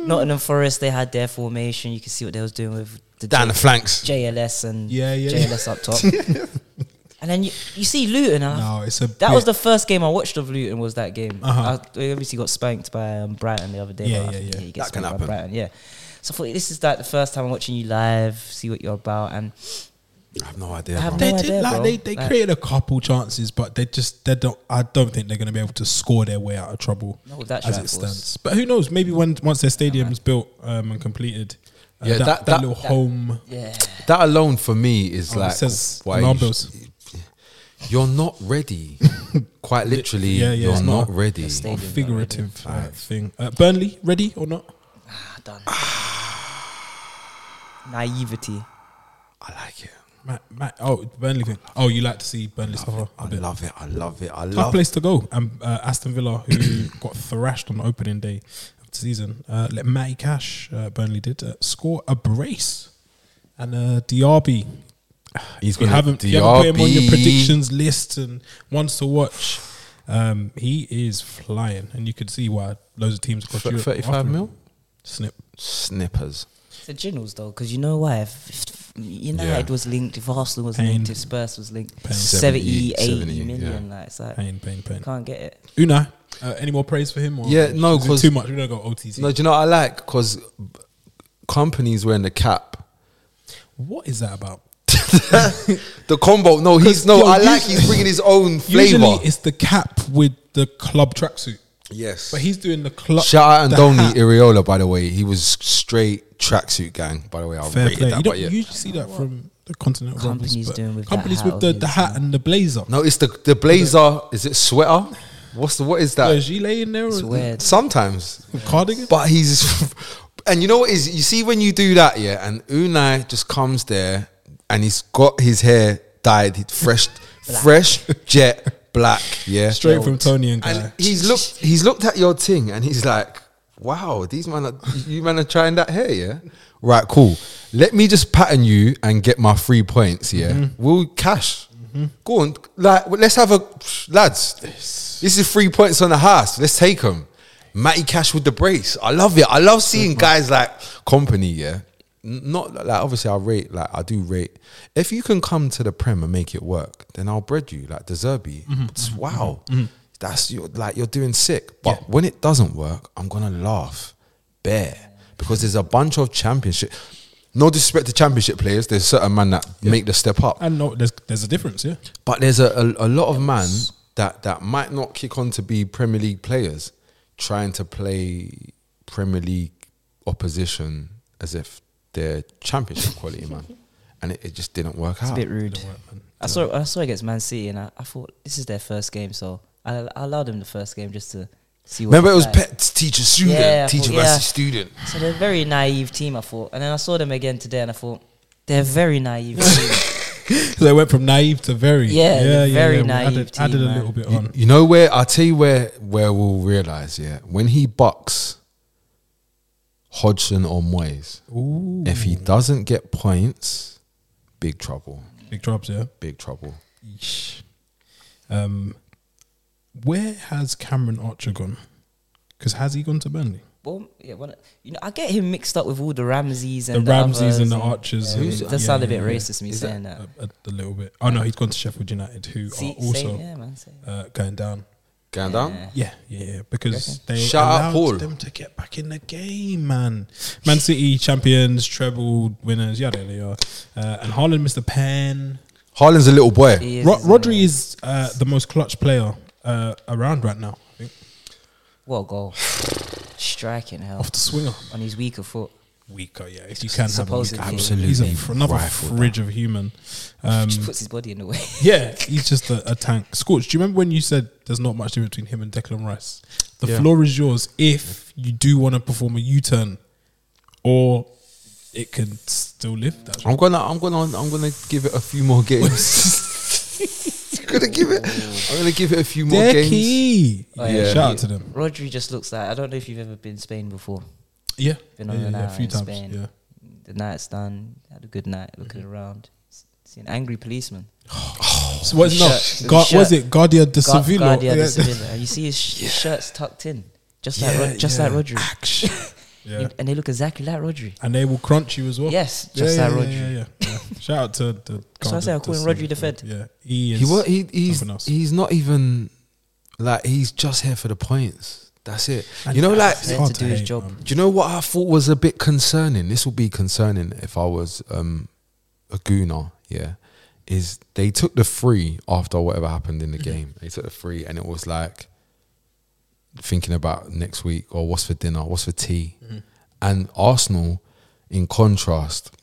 Nottingham Forest they had their formation. You can see what they was doing with the Down the J- flanks. JLS and Yeah, yeah, yeah. JLS up top. and then you, you see Luton. and I- No, it's a. that bit- was the first game I watched of Luton. Was that game? Uh-huh. I, they obviously got spanked by um, Brighton the other day. Yeah, but I yeah, think, yeah. you get That can spanked by happen. Brighton. Yeah. So I thought this is like the first time I'm watching you live. See what you're about and. I have no idea. I have bro. They No did idea, like bro. they, they Like- created a couple chances, but they just they don't. I don't think they're going to be able to score their way out of trouble Not with that as it shot, of course. stands. But who knows? Maybe when once their stadium is built um, and completed, uh, that, Yeah, that- that, that- little that- home. Yeah. that alone for me is Oh, it like says you alarm sh- bells. you're not ready. Quite literally, Yeah, yeah, you're it's not not, a- ready. stadium. Stadium's Figurative uh, thing. Uh, Burnley ready or not? Ah, done. Naivety. I like it. Matt, Matt, oh, Burnley thing. Oh, you like to see Burnley suffer I a bit. love it. I love it. I Tough love it. place to go. And uh, Aston Villa, who got thrashed on opening day of the season, uh, let Matty Cash, uh, Burnley did, uh, score a brace. And uh, Diaby, He's if you gonna haven't, if you haven't put him on DRB. your predictions list and ones to watch. Um, he is flying, and you could see why loads of teams across Th- Europe. are 35 after him. mil? Snip. Snippers. It's a jingles though, because you know why? If, if United Yeah. was linked, if Arsenal was Pain. linked, if Spurs was linked, Pain. 70, 70, 80 yeah. million. Like, it's like, Pain, pain, pain. can't get it. Unai, uh, any more praise for him? Or Yeah, no, is it 'cause- too much. We don't go OTT. No, do you know what I like? Because companies wearing the cap. What is that about? the combo. No, he's no. yo, I like. usually- He's bringing his own Usually flavor. it's the cap with the club tracksuit, Yes. but he's doing the club. Shout out the Andoni hat. Iriola, by the way. He was straight tracksuit gang, by the way. I Fair rated play. that, You but don't yeah. usually see that from the continental Companies Brothers, but doing with that companies hat with the, on the his hat and the blazer. No, it's the the blazer. Is it sweater? What's the what is Is there a that? gilet in there. It's or- weird. Sometimes, Cardigan. but he's and you know what is you see when you do that, yeah, and Unai just comes there and he's got his hair dyed he's fresh, fresh jet black, yeah, Straight from Tony and Guy. And he's looked he's looked at your thing and he's like, Wow, these man are you man are trying that hair, yeah? Right, cool. Let me just pattern you and get my three points, yeah. Mm-hmm. We'll cash. Go on, like well, let's have a lads. This is three points on the house. Let's take them. Matty Cash with the brace. I love it. I love seeing guys like company, yeah. N- Not like obviously I rate like I do rate. If you can come to the prem and make it work, then I'll bread you like Deserby. It's wow, that's you like you're doing sick. But when it doesn't work, I'm gonna laugh bare because there's a bunch of championship. No disrespect to championship players, there's certain man that make the step up. I know there's there's a difference, yeah. But there's a, a, a lot of man that, that might not kick on to be Premier League players trying to play Premier League opposition as if they're championship quality, man. And it, it just didn't work It's a out. Ah, bit rude. I saw I saw against Man City and I, I thought this is their first game, so I, I allowed them the first game just to see. What Remember, it it's was like. pet teacher student, Yeah, I teacher thought- yeah. versus student. So they're a very naive team, I thought. And then I saw them again today, and I thought they're very naive. team. they went from naive to very, Yeah, they're very We Added, naive team, added a man. little bit You, on. you know where I'll tell you where where we'll realize. Yeah, when he bucks Hodgson or Moyes, Ooh, if he doesn't get points, big trouble. big drops, yeah. Big trouble. Yeesh. Um, where has Cameron Archer gone? Because has he gone to Burnley? Well, yeah, well, you know, I get him mixed up with all the Ramses The and Ramses others and the Archers. Yeah, and- it does yeah, sound a yeah, bit yeah. racist me Is saying that. a, a- a little bit. Oh no, he's gone to Sheffield United, who See, are also same, yeah, man, same. uh, going down. Going down. Yeah, yeah, yeah, because they Shout out allowed Paul. them to get back in the game, man. Man City champions, treble winners, yada yada. yada. Uh, and Haaland missed the pen. Haaland's a little boy. He is, Ro- isn't he? Rodri is uh, the most clutch player uh, around right now. I think What a goal! Striking hell off the swinger, on his weaker foot. weaker. Yeah, if you can have a Supposedly. weaker. Absolutely He's a, fr- another rifled fridge of human. Um, Just puts his body in the way. yeah, he's just a, a tank. Scorch, do you remember when you said there's not much difference between him and Declan Rice? The Yeah. floor is yours if you do want to perform a U-turn, or it can still live. That's I'm gonna, I'm gonna, I'm gonna give it a few more games. gonna give it. I'm gonna give it a few more games. Decky. Oh, yeah, yeah. shout out to them. Rodri just looks like I don't know if you've ever been to Spain before. Yeah, Been yeah, on yeah, an yeah, a hour few in times. Spain. Yeah, Mm-hmm. The night's done. Had a good night. Looking around, S- see an angry policeman. so what's Shirt, not? the Gar- shirt. was it Guardia de Gu- Sevilla? Guardia de Yeah. Sevilla. And you see his sh- shirts tucked in, just like Yeah, Rod- just yeah. Ah, like Rodri. Yeah. And they look exactly like Rodri. And they will crunch you as well. Yes, yeah, just yeah, like yeah, Rodri. yeah, yeah, yeah. Shout out to the. That's what I say, Guardia de I'm calling Sevilla. Rodri the Fed. Yeah, he is. He, wa- he he's, something else. he's not even like he's just here for the points. That's it. And you know, like, it's There hard to do his hate, job. man. do you know what I thought was a bit concerning? This would be concerning if I was um, a gooner. Yeah, is they took the free after whatever happened in the game. They took the free, and it was like thinking about next week or what's for dinner, what's for tea. And Arsenal, in contrast,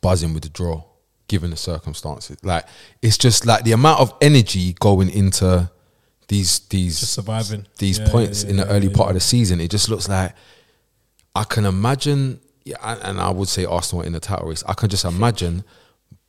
buzzing with the draw, given the circumstances. Like it's just like the amount of energy going into these these Just surviving. these Yeah, points yeah, in the yeah, early yeah. part of the season. It just looks like I can imagine, yeah, and- and I would say Arsenal are in the title race. I can just imagine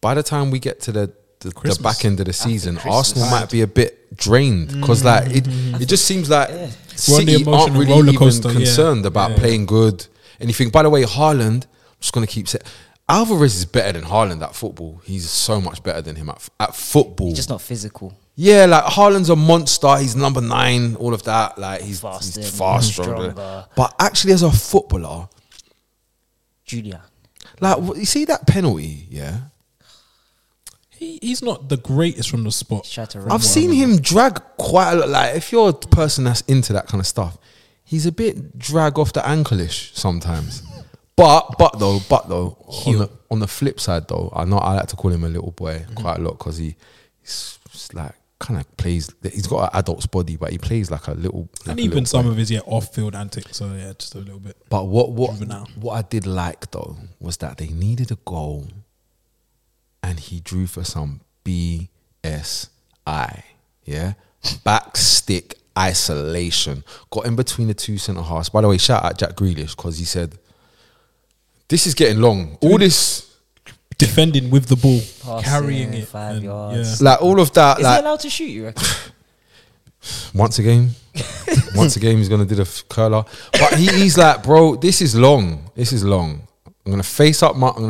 by the time we get to the the, the Christmas. back end of the season, Christmas. Arsenal might be a bit drained because like it, it just seems like Mm-hmm. We're on the City aren't emotional really roller even coaster, yeah. concerned about Yeah. playing good anything. By the way, Haaland, I'm just gonna keep saying Alvarez is better than Haaland at football. He's so much better than him at, f- at football. He's just not physical. Yeah, like Haaland's a monster. He's number nine, all of that. Like he's Faster, he's fast, stronger. stronger. But actually, as a footballer, Julia. like wh- you see that penalty, yeah. He, he's not the greatest from the spot. Shout to I've Rodri. seen him drag quite a lot. Like if you're a person that's into that kind of stuff, he's a bit drag off the ankle-ish sometimes. But but though, but though, on the, on the flip side though, I know I like to call him a little boy quite a lot because he, he's, he's like kind of plays. He's got an adult's body, but he plays like a little. like and a even little some boy. of his yeah off field antics. So yeah, just a little bit. But what what Juvenile. what I did like though was that they needed a goal, and he drew for some B S I yeah back stick isolation. Got in between the two centre halves. By the way, shout out Jack Grealish because he said, "This is getting long. All this." Defending with the ball, Passing carrying it, five and, yards. Like all of that, Is like he allowed to shoot? You reckon? once again. once again, he's gonna do the f- curler. But he, he's like, bro, this is long. This is long. I'm gonna face up my. I'm gonna.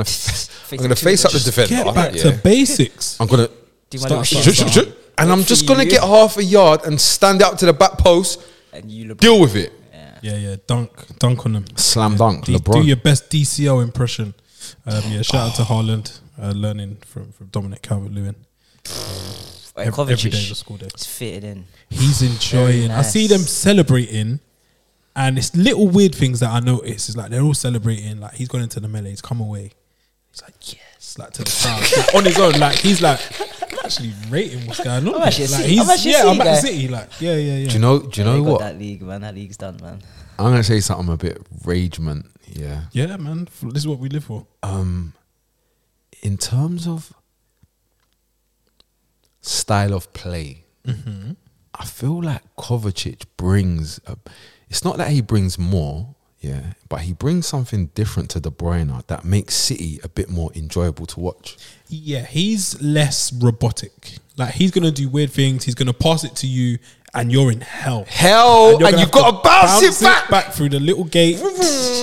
I'm gonna to face up the the- defender. Get back yeah. to basics. I'm gonna. Do my Start, little start, shit start. down. And I'm Good just for gonna you. get half a yard and stand up to the back post. and you LeBron. Deal with it. Yeah, yeah, dunk, dunk on them. Slam dunk, D- LeBron. Do your best DCL impression. Um, yeah, shout out to Haaland, uh, learning from, from Dominic Calvert Lewin. Like Every- every day Kovacic of the school day. It's fitted in. He's enjoying. I nice. see them celebrating, and it's little weird things that I notice. It's like they're all celebrating. Like he's gone into the melee. He's come away. He's like yes, like to the crowd like, on his own. Like he's like I'm actually rating what's going on. I'm actually a like, City- I'm actually a yeah, I'm City at the guy. city. Like yeah, yeah, yeah. Do you know? Do you They know got what? That league, man. That league's done, man. I'm gonna say something a bit ragement. Yeah. yeah, man. f- This is what we live for. Um, in terms of style of play, Mm-hmm. I feel like Kovacic brings. A, it's not that he brings more, yeah, but he brings something different to De Bruyne that makes City a bit more enjoyable to watch. Yeah, he's less robotic. Like he's gonna do weird things. He's gonna pass it to you, and you're in hell. Oh, Hell, you're and gonna you've have gotta bounce it back. through the little gate.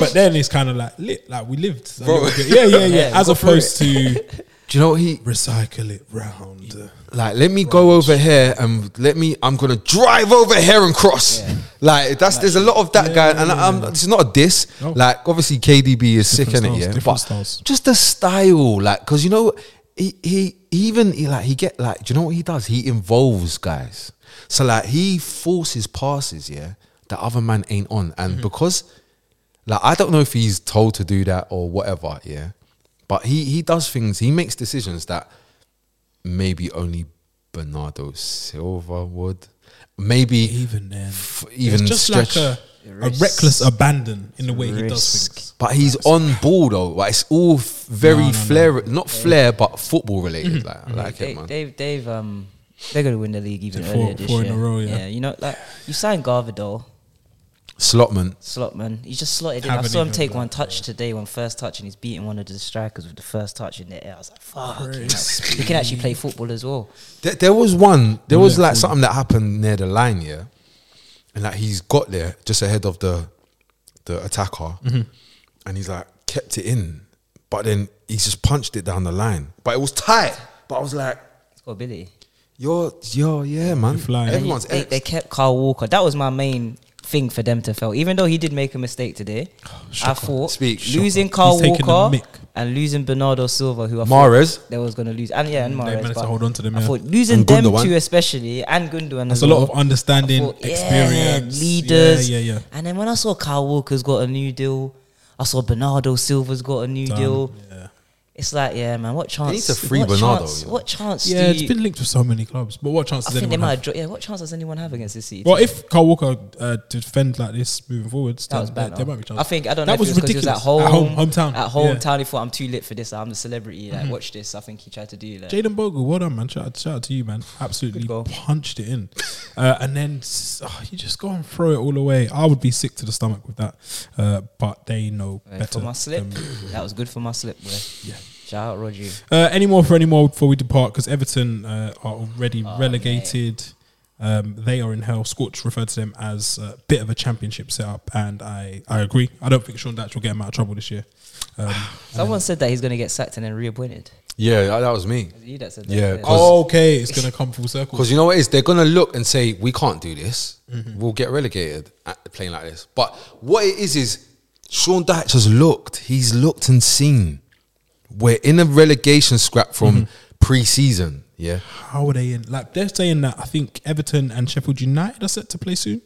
but then it's kind of like lit, like we lived. a Bro. little bit. Yeah, yeah, yeah. Yeah, As go through opposed to Do you know what he recycle it E- round. like? Let me go over here and let me. I'm gonna drive over here and cross. Like that's there's a lot of that guy, and I'm, it's not a diss. No. Like obviously KDB is sick in Different it, styles, yeah, different but styles. just the style, like because you know he he even he, like he get like do you know what he does? He involves guys, so like he forces passes, yeah, that other man ain't on, and Mm-hmm. because like I don't know if he's told to do that or whatever, yeah, but he he does things, he makes decisions that maybe only Bernardo Silva would. Maybe Even then, f- even it's just stretch, like a, a reckless abandon in the way he does Risk. things. but he's on ball though. Like it's all f- very No, no, no. flair, not flair, but football related. Like I like Mm-hmm. They, it, man. they've, they've, um, they're gonna win the league even Four- earlier this four in year. a row, yeah. you know, like you signed Garvidal, Slotman, Slotman. He just slotted in. I Haven't saw him even take done one that, touch today, one first touch, and he's beating one of the strikers with the first touch in the air. I was like, fuck, you know, Crazy. he can actually play football as well. there, there was one. There was Yeah, like cool. something that happened near the line, yeah, and like he's got there just ahead of the the attacker, Mm-hmm. and he's like kept it in, but then he just punched it down the line. But it was tight. But I was like, He's got ability. you're, you're, yeah, man. flying. And Everyone's they, eh. ex. they kept Carl Walker. That was my main thing for them to fail. Even though he did make a mistake today, I thought Speak. losing Oh, Shocker. Carl He's taking the Walker mick. and losing Bernardo Silva, who I Mahrez. thought they was going to lose, and yeah, and Mahrez. managed Mm, to but hold on to them, I yeah. thought losing And them Gundogan. two especially, and Gundogan. That's as a lot well. of understanding, I thought, experience, yeah, leaders. Yeah, yeah, yeah. And then when I saw Carl Walker's got a new deal, I saw Bernardo Silva's got a new Done. deal. Yeah, It's like, yeah, man, what chance? need to free what Bernardo, Chance, you know. What chance? yeah. do It's you, been linked with so many clubs. But what chance I does think they anyone might. have? Have, dro- yeah, what chance does anyone have against this City? Well, team? if Carl Walker uh, defend like this moving forwards, That then was there, bad. there might be chance. I think I That don't know. if was it was 'cause he was at home, ridiculous. At home, hometown. At home, Yeah. Mm-hmm. town, he thought I'm too lit for this. I'm the celebrity. Like, watch this. I think he tried to do that. Jaden Bogle, well done, man. Shout out, shout out to you, man. Absolutely Good goal. punched it in. Uh, and then s- oh, you just go and throw it all away. I would be sick to the stomach with that. Uh, but they know Like, better. for my slip, than- that was good for my slip. Boy. Yeah. Shout out Roger. Uh, any more for any more before we depart? Because Everton uh, are Oh, already relegated. Um, they are in hell. Scorch referred to them as a bit of a championship setup, and I, I agree. I don't think Sean Datch will get him out of trouble this year. Um, Someone said that he's going to get sacked and then reappointed. yeah, that, that was me. Was it You that Oh, said that. Yeah, Said- Cause- okay, it's going to come full circle. Because you know what it is? They're going to look and say, we can't do this. We'll get relegated at playing like this. But what it is, is Sean Dyche has looked. Mm-hmm. He's looked and seen. We're in a relegation scrap from pre season. Yeah. How are they in? Like they're saying that I think Everton and Sheffield United are set to play soon.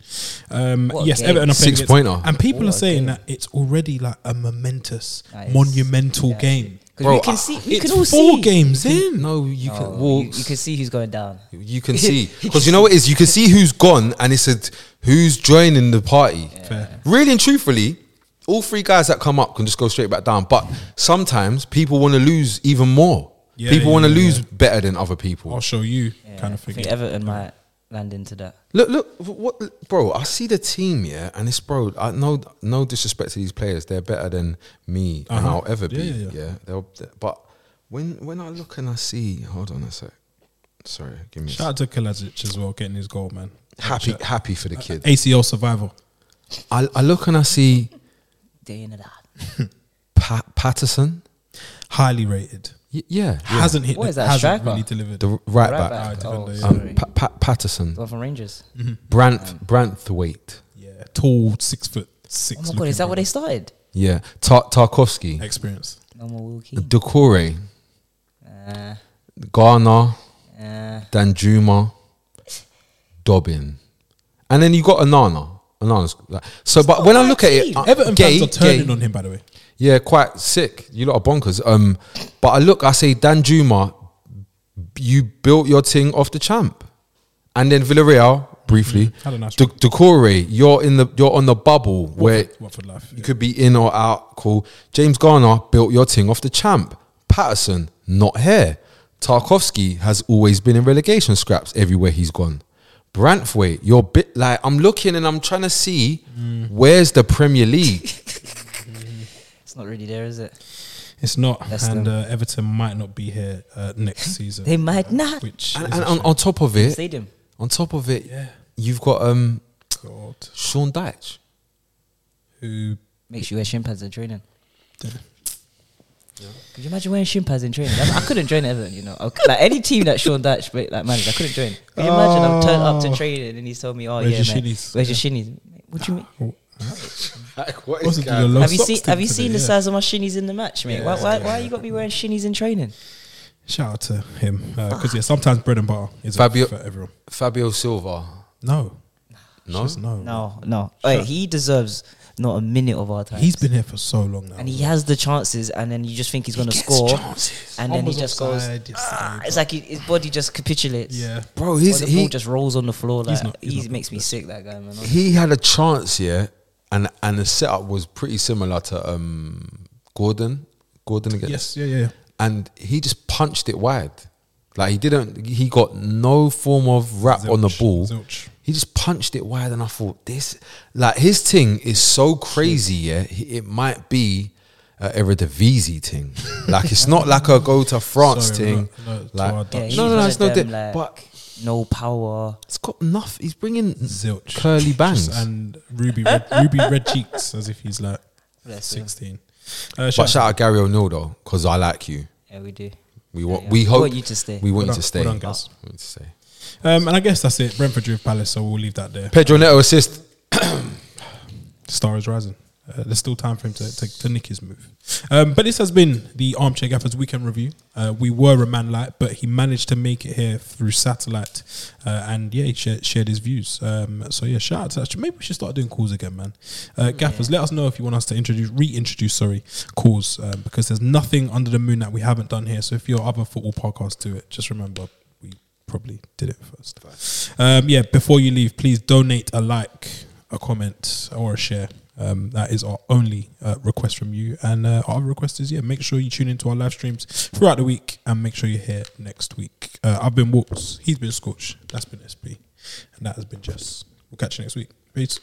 Um, What a yes, game. Everton are playing Six against- pointer. and people What are a saying game. that it's already like a momentous, That is- monumental game. Because we Bro, I- can see, we it's can all four see. games in. No, you can. Oh, Well, you, you can see who's going down. You can see because you know what it is. You can see who's gone and it's a who's joining the party. Fair. Really and truthfully, all three guys that come up can just go straight back down. But sometimes people want to lose even more. Yeah, people yeah, want to yeah, lose yeah. better than other people. I'll show you, Yeah, kind of thing. I think Everton might land into that. Look, look, what, bro? I see the team, yeah, and it's bro. I no, no disrespect to these players, they're better than me and Uh-huh. I'll ever be. Yeah, Yeah, yeah, yeah. they'll, they- but when when I look and I see, hold on a sec. Sorry, give me a Shout sec. out to Kolasinac as well, getting his goal, man. happy, happy for the kid. ACL survival. I, I look and I see Day in and out. Pat Patterson. highly rated. Y- yeah, yeah. Hasn't hit. What the- is that, Hasn't striker? really delivered. the right, Right back, back. Oh, Ah, defender, yeah. um, sorry. pa- Pa- Patterson, The one from Rangers. Um, Branth Branthwaite. yeah, tall, six foot six. Oh my god, looking is that where brother. they started? Yeah, Tar- Tarkovsky, experience? No more Wilkie. Decore, Uh, Garner. uh, Danjuma, Dobbin, and then you got Anana. Anana's like, so, but when I look at it, team. I- Everton Uh, gay, fans are turning gay. on him, by the way. Yeah, quite sick. You lot are bonkers. Um, but I look, I say Danjuma, you built your thing off the champ, and then Villarreal briefly. Mm, Had a nice De- Decore, you're in the you're on the bubble where Watford life. you could be in or out. Cool. James Garner built your thing off the champ. Patterson, not here. Tarkovsky has always been in relegation scraps everywhere he's gone. Branthwaite, you're bit like I'm looking and I'm trying to see Mm. where's the Premier League. it's not really there, is it? It's not, That's and uh, Everton might not be here uh, next season. They might uh, not. Which and is and a on, on top of it, Stadium. on top of it, Yeah. you've got um shame. God, Sean Dyche. who Make sure you wear shin pads in training. did- Could you imagine wearing shin pads in training? I, I couldn't join Everton, you know. I cou- like any team that Sean Dyche like managed, I couldn't join. Could you imagine I'm turned up to training and he's told me, "Oh Where's yeah, your man, shinies? where's your shinies? What do you mean? what What's it to the low have you socks seen thing Have you today, seen the yeah. size of my shinies in the match, mate? Yeah, why Why, yeah, why you got me wearing shinies in training? Shout out to him because yeah, sometimes bread and butter is Fabio- for everyone. Fabio Silva? No, No, just no, No, no. Oi, he deserves not a minute of our time. He's been here for so long now, and he has the chances, and then you just think he's going to gets score, chances. and One then he was just offside goes. yesterday, "Ah," it's like he- his body just capitulates. yeah. bro. Or He's the he ball just rolls on the floor. Like, not- he's he not makes me sick. That guy, man. he had a chance, yeah, and and the setup was pretty similar to um, Gordon, Gordon Yes, against, yeah, yeah. yeah. and he just punched it wide, like he didn't, he got no form of wrap on the Zilch, ball. zilch. He just punched it wide, and I thought this, like his thing is so crazy, yeah. He, it might be a Eredivisie thing, like it's not like a go to France Sorry, thing, no, no, to our like Dutch. Yeah, he's no, no, no, it's not that, Like, but no power. it's got enough. He's bringing Zilch. curly bangs. and ruby red, ruby red cheeks as if he's like Bless him. 16 uh, But shout out Gary O'Neill though, because I like you. Yeah, we do. We want yeah. we We hope want you to stay. We want Well you done- to stay. well done, guys. We want you to stay. um, and I guess that's it Brentford drew with Palace so we'll leave that there Pedro Neto assist. star is rising uh, there's still time for him to, to, to nick his move um, but this has been the Armchair Gaffers weekend review uh, we were a man light but he managed to make it here through satellite uh, and yeah he shared, shared his views um, so yeah shout out to that maybe we should start doing calls again man uh, Gaffers let us know if you want us to introduce reintroduce sorry calls um, because there's nothing under the moon that we haven't done here so if your other football podcasts do it just remember we probably did it first. Um, yeah, before you leave, please donate a like, a comment, or a share. Um, that is our only uh, request from you. And uh, our request is yeah, make sure you tune into our live streams throughout the week and make sure you're here next week. Uh, I've been Walks, he's been Scorch, that's been SP, and that has been Jess. We'll catch you next week. Peace.